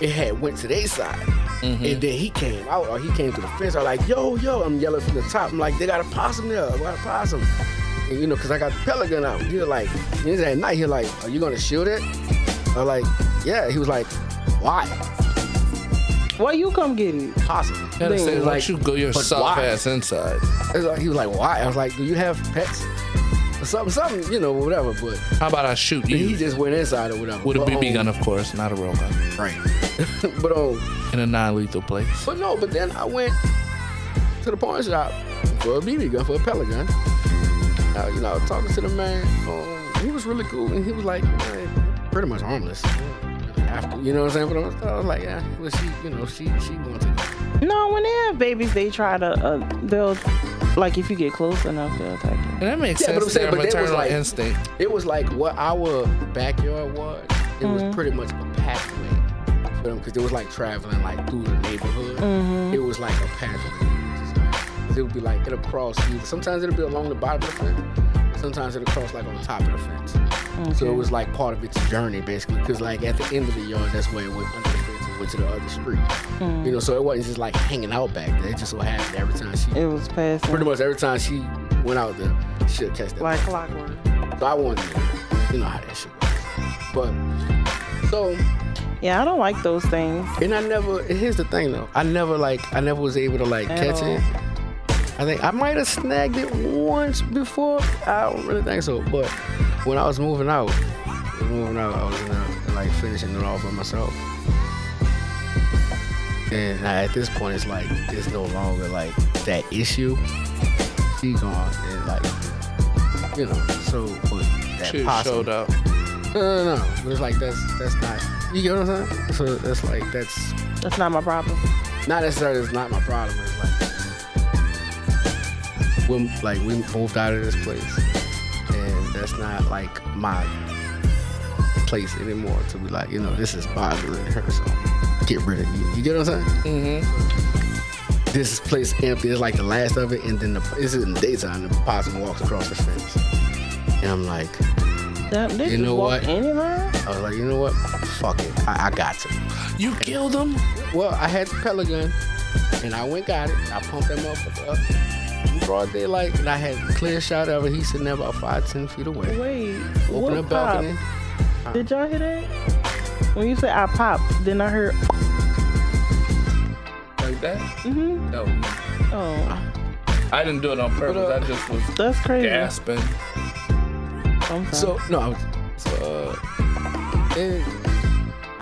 [SPEAKER 5] it had went to their side.
[SPEAKER 4] Mm-hmm.
[SPEAKER 5] And then he came out, or he came to the fence. I'm like, yo, yo, I'm yelling from the top. I'm like, they got a possum there. What a possum. And, you know, because I got the Pelican out. He was like, he was at night, he was like, Are you going to shoot it? I was like, Yeah. He was like, Why?
[SPEAKER 3] Why you come get it?
[SPEAKER 5] Possible.
[SPEAKER 4] Yeah, they say,
[SPEAKER 5] Like,
[SPEAKER 4] like, you go your
[SPEAKER 5] but
[SPEAKER 4] soft
[SPEAKER 5] why?
[SPEAKER 4] ass inside.
[SPEAKER 5] It was like- he was like, Why? I was like, Do you have pets? Or something, something, you know, whatever. But
[SPEAKER 4] How about I shoot
[SPEAKER 5] he
[SPEAKER 4] you
[SPEAKER 5] just went inside or whatever.
[SPEAKER 4] with a
[SPEAKER 5] But,
[SPEAKER 4] BB gun,
[SPEAKER 5] um,
[SPEAKER 4] of course, not a real gun,
[SPEAKER 5] Right. but, um,
[SPEAKER 4] in a non-lethal place.
[SPEAKER 5] But no, but then I went to the pawn shop for a BB gun, for a pellet gun. Uh, you know, talking to the man, um, he was really cool, and he was like, man, pretty much harmless. After, you know what I'm saying? But I was, I was like, yeah, well, she, you know, she, she wants it.
[SPEAKER 3] No, when they have babies, they try to. Uh, they'll like if you get close enough, they'll attack you.
[SPEAKER 4] And that makes
[SPEAKER 5] Yeah,
[SPEAKER 4] sense.
[SPEAKER 5] but I'm
[SPEAKER 4] their
[SPEAKER 5] saying, but they was
[SPEAKER 4] maternal
[SPEAKER 5] like-
[SPEAKER 4] instinct.
[SPEAKER 5] It was like what our backyard was. It was pretty much a pathway for them because it was like traveling like through the neighborhood. It was like a pathway. It would be like it'll cross either. Sometimes it'll be along the bottom of the fence. Sometimes it'll cross like on top of the fence. So it was like part of its journey basically because like at the end of the yard, that's where it went under the fence and went to the other street. You know, so it wasn't just like hanging out back there. It just so happened every time she,
[SPEAKER 3] It was passing.
[SPEAKER 5] pretty much every time she went out there, she'll catch that.
[SPEAKER 3] like clockwork.
[SPEAKER 5] So I wanted to, you know how that shit goes. But so,
[SPEAKER 3] Yeah, I don't like those things.
[SPEAKER 5] and I never. and Here's the thing though, I never like, I never was able to like
[SPEAKER 3] At
[SPEAKER 5] catch
[SPEAKER 3] all.
[SPEAKER 5] it. I think I might have snagged it once before. I don't really think so. But when I was moving out, I was moving out, I was in a, like finishing it all by myself. And I- at this point, it's like it's no longer like that issue. She gone and like, you know. So but that
[SPEAKER 4] She
[SPEAKER 5] possum-
[SPEAKER 4] showed up.
[SPEAKER 5] no, no, no. But it's like that's that's not. You get what I'm saying? So that's like that's
[SPEAKER 3] That's not my problem.
[SPEAKER 5] not necessarily. It's not my problem. It's like when like we moved out of this place, and that's not like my place anymore. To be like, you know, this is bothering her, so get rid of you. You get what I'm saying?
[SPEAKER 4] Mm-hmm.
[SPEAKER 5] This place empty. It's like the last of it, and then the this is in the daytime. The possum walks across the fence, and I'm like,
[SPEAKER 3] That, they
[SPEAKER 5] You
[SPEAKER 3] just
[SPEAKER 5] know
[SPEAKER 3] walk
[SPEAKER 5] what?
[SPEAKER 3] Anywhere.
[SPEAKER 5] I was like, you know what? Fuck it. I, I got to.
[SPEAKER 4] You killed him.
[SPEAKER 5] Well, I had the Pelican, and I went got it. I pumped that motherfucker up. Broad daylight, and I had a clear shot of it. He's sitting there about five, ten feet away.
[SPEAKER 3] Wait.
[SPEAKER 5] Open
[SPEAKER 3] what
[SPEAKER 5] the
[SPEAKER 3] pop?
[SPEAKER 5] balcony.
[SPEAKER 3] Did y'all hear that? When you said I popped, then I heard.
[SPEAKER 4] Like that?
[SPEAKER 3] Mm-hmm.
[SPEAKER 4] No,
[SPEAKER 3] Oh,
[SPEAKER 4] I didn't do it on purpose. I just was
[SPEAKER 3] that's crazy.
[SPEAKER 4] gasping.
[SPEAKER 3] I'm sorry.
[SPEAKER 5] So no, I was. So, uh, and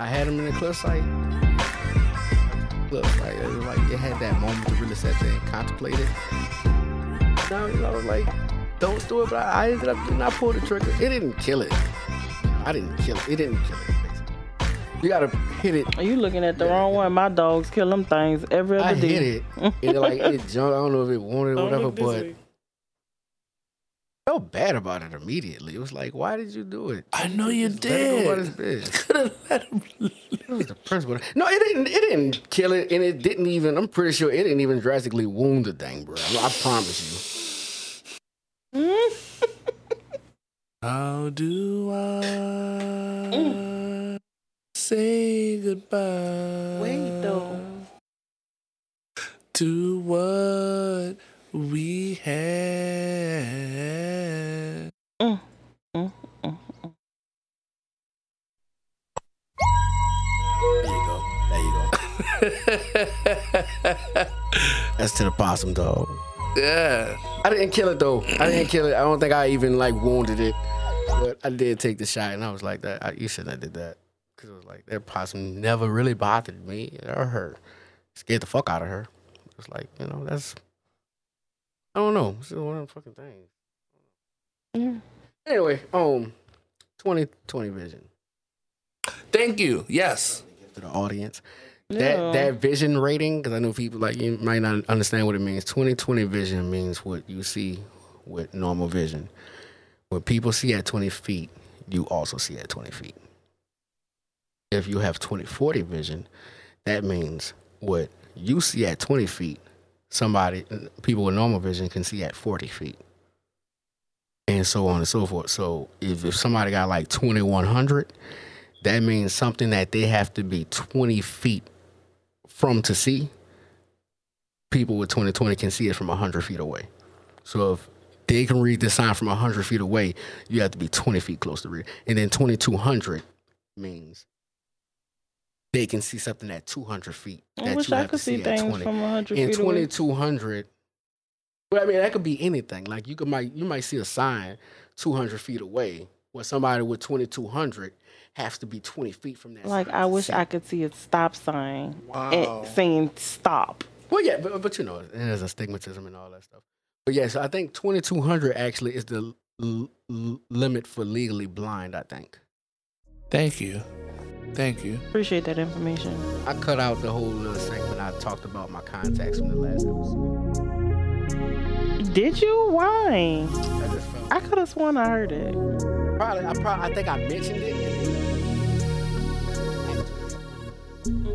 [SPEAKER 5] I had him in the cliff site. Cliff site. It was like it had that moment to really sit there and contemplate it. Now you know, I was like, don't do it. But I, I ended up did not pull the trigger. It didn't kill it. I didn't kill it. It didn't kill it. basically. You gotta hit it
[SPEAKER 3] Are you looking at the wrong one? My dogs kill them things every other
[SPEAKER 5] I
[SPEAKER 3] day.
[SPEAKER 5] hit it. And it, like it jumped. I don't know if it wanted or
[SPEAKER 3] Don't
[SPEAKER 5] whatever,
[SPEAKER 3] look this
[SPEAKER 5] but
[SPEAKER 3] way.
[SPEAKER 5] I felt bad about it immediately. It was like, why did you do it?
[SPEAKER 4] I know you
[SPEAKER 5] Let it go by this
[SPEAKER 4] did.
[SPEAKER 5] bitch.
[SPEAKER 4] Could have let him.
[SPEAKER 5] It was the principal. No, it didn't. It didn't kill it, and it didn't even. I'm pretty sure it didn't even drastically wound the thing, bro. I, I promise
[SPEAKER 4] How do I say goodbye?
[SPEAKER 3] Wait, though.
[SPEAKER 4] To what we had.
[SPEAKER 5] you. There you go. There you go. That's to the possum, dog.
[SPEAKER 4] yeah.
[SPEAKER 5] I didn't kill it though. I didn't kill it. I don't think I even like wounded it, but I did take the shot, and I was like, "That I, you shouldn't have did that," because it was like that possum never really bothered me or her. Scared the fuck out of her. It was like you know that's I don't know. It's just one of the fucking things.
[SPEAKER 3] Yeah.
[SPEAKER 5] Anyway, um, twenty twenty vision
[SPEAKER 4] Thank you. Yes.
[SPEAKER 5] to the audience.
[SPEAKER 3] Yeah.
[SPEAKER 5] That that vision rating, because I know people like you might not understand what it means. Twenty twenty vision means what you see with normal vision. What people see at twenty feet, you also see at twenty feet. If you have twenty forty vision, that means what you see at twenty feet, somebody people with normal vision can see at forty feet. And so on and so forth. So if, if somebody got like twenty one hundred, that means something that they have to be 20 feet from to see. People with 2020 can see it from 100 feet away. So if They can read the sign from hundred feet away. You have to be twenty feet close to read, and then twenty two hundred means they can see something at two hundred feet.
[SPEAKER 3] I
[SPEAKER 5] that
[SPEAKER 3] wish
[SPEAKER 5] you
[SPEAKER 3] I
[SPEAKER 5] have to
[SPEAKER 3] could see
[SPEAKER 5] at
[SPEAKER 3] things from a hundred
[SPEAKER 5] in
[SPEAKER 3] feet away.
[SPEAKER 5] 2200 well i mean that could be anything like you could might you might see a sign 200 feet away where somebody with 2200 has to be 20 feet from that
[SPEAKER 3] Like
[SPEAKER 5] sign
[SPEAKER 3] I
[SPEAKER 5] to
[SPEAKER 3] wish
[SPEAKER 5] see.
[SPEAKER 3] I could see a stop sign
[SPEAKER 4] Wow.
[SPEAKER 5] Oh.
[SPEAKER 3] and saying stop.
[SPEAKER 5] well yeah but, but you know there's a stigmatism and all that stuff but yeah so i think 2200 actually is the l- l- limit for legally blind i think
[SPEAKER 4] Thank you. Thank you.
[SPEAKER 3] Appreciate that information.
[SPEAKER 5] i cut out the whole little segment i talked about my contacts from the last episode
[SPEAKER 3] Did you? Why?
[SPEAKER 5] i just felt
[SPEAKER 3] I could have sworn I heard it.
[SPEAKER 5] Probably, I probably, I think I mentioned it.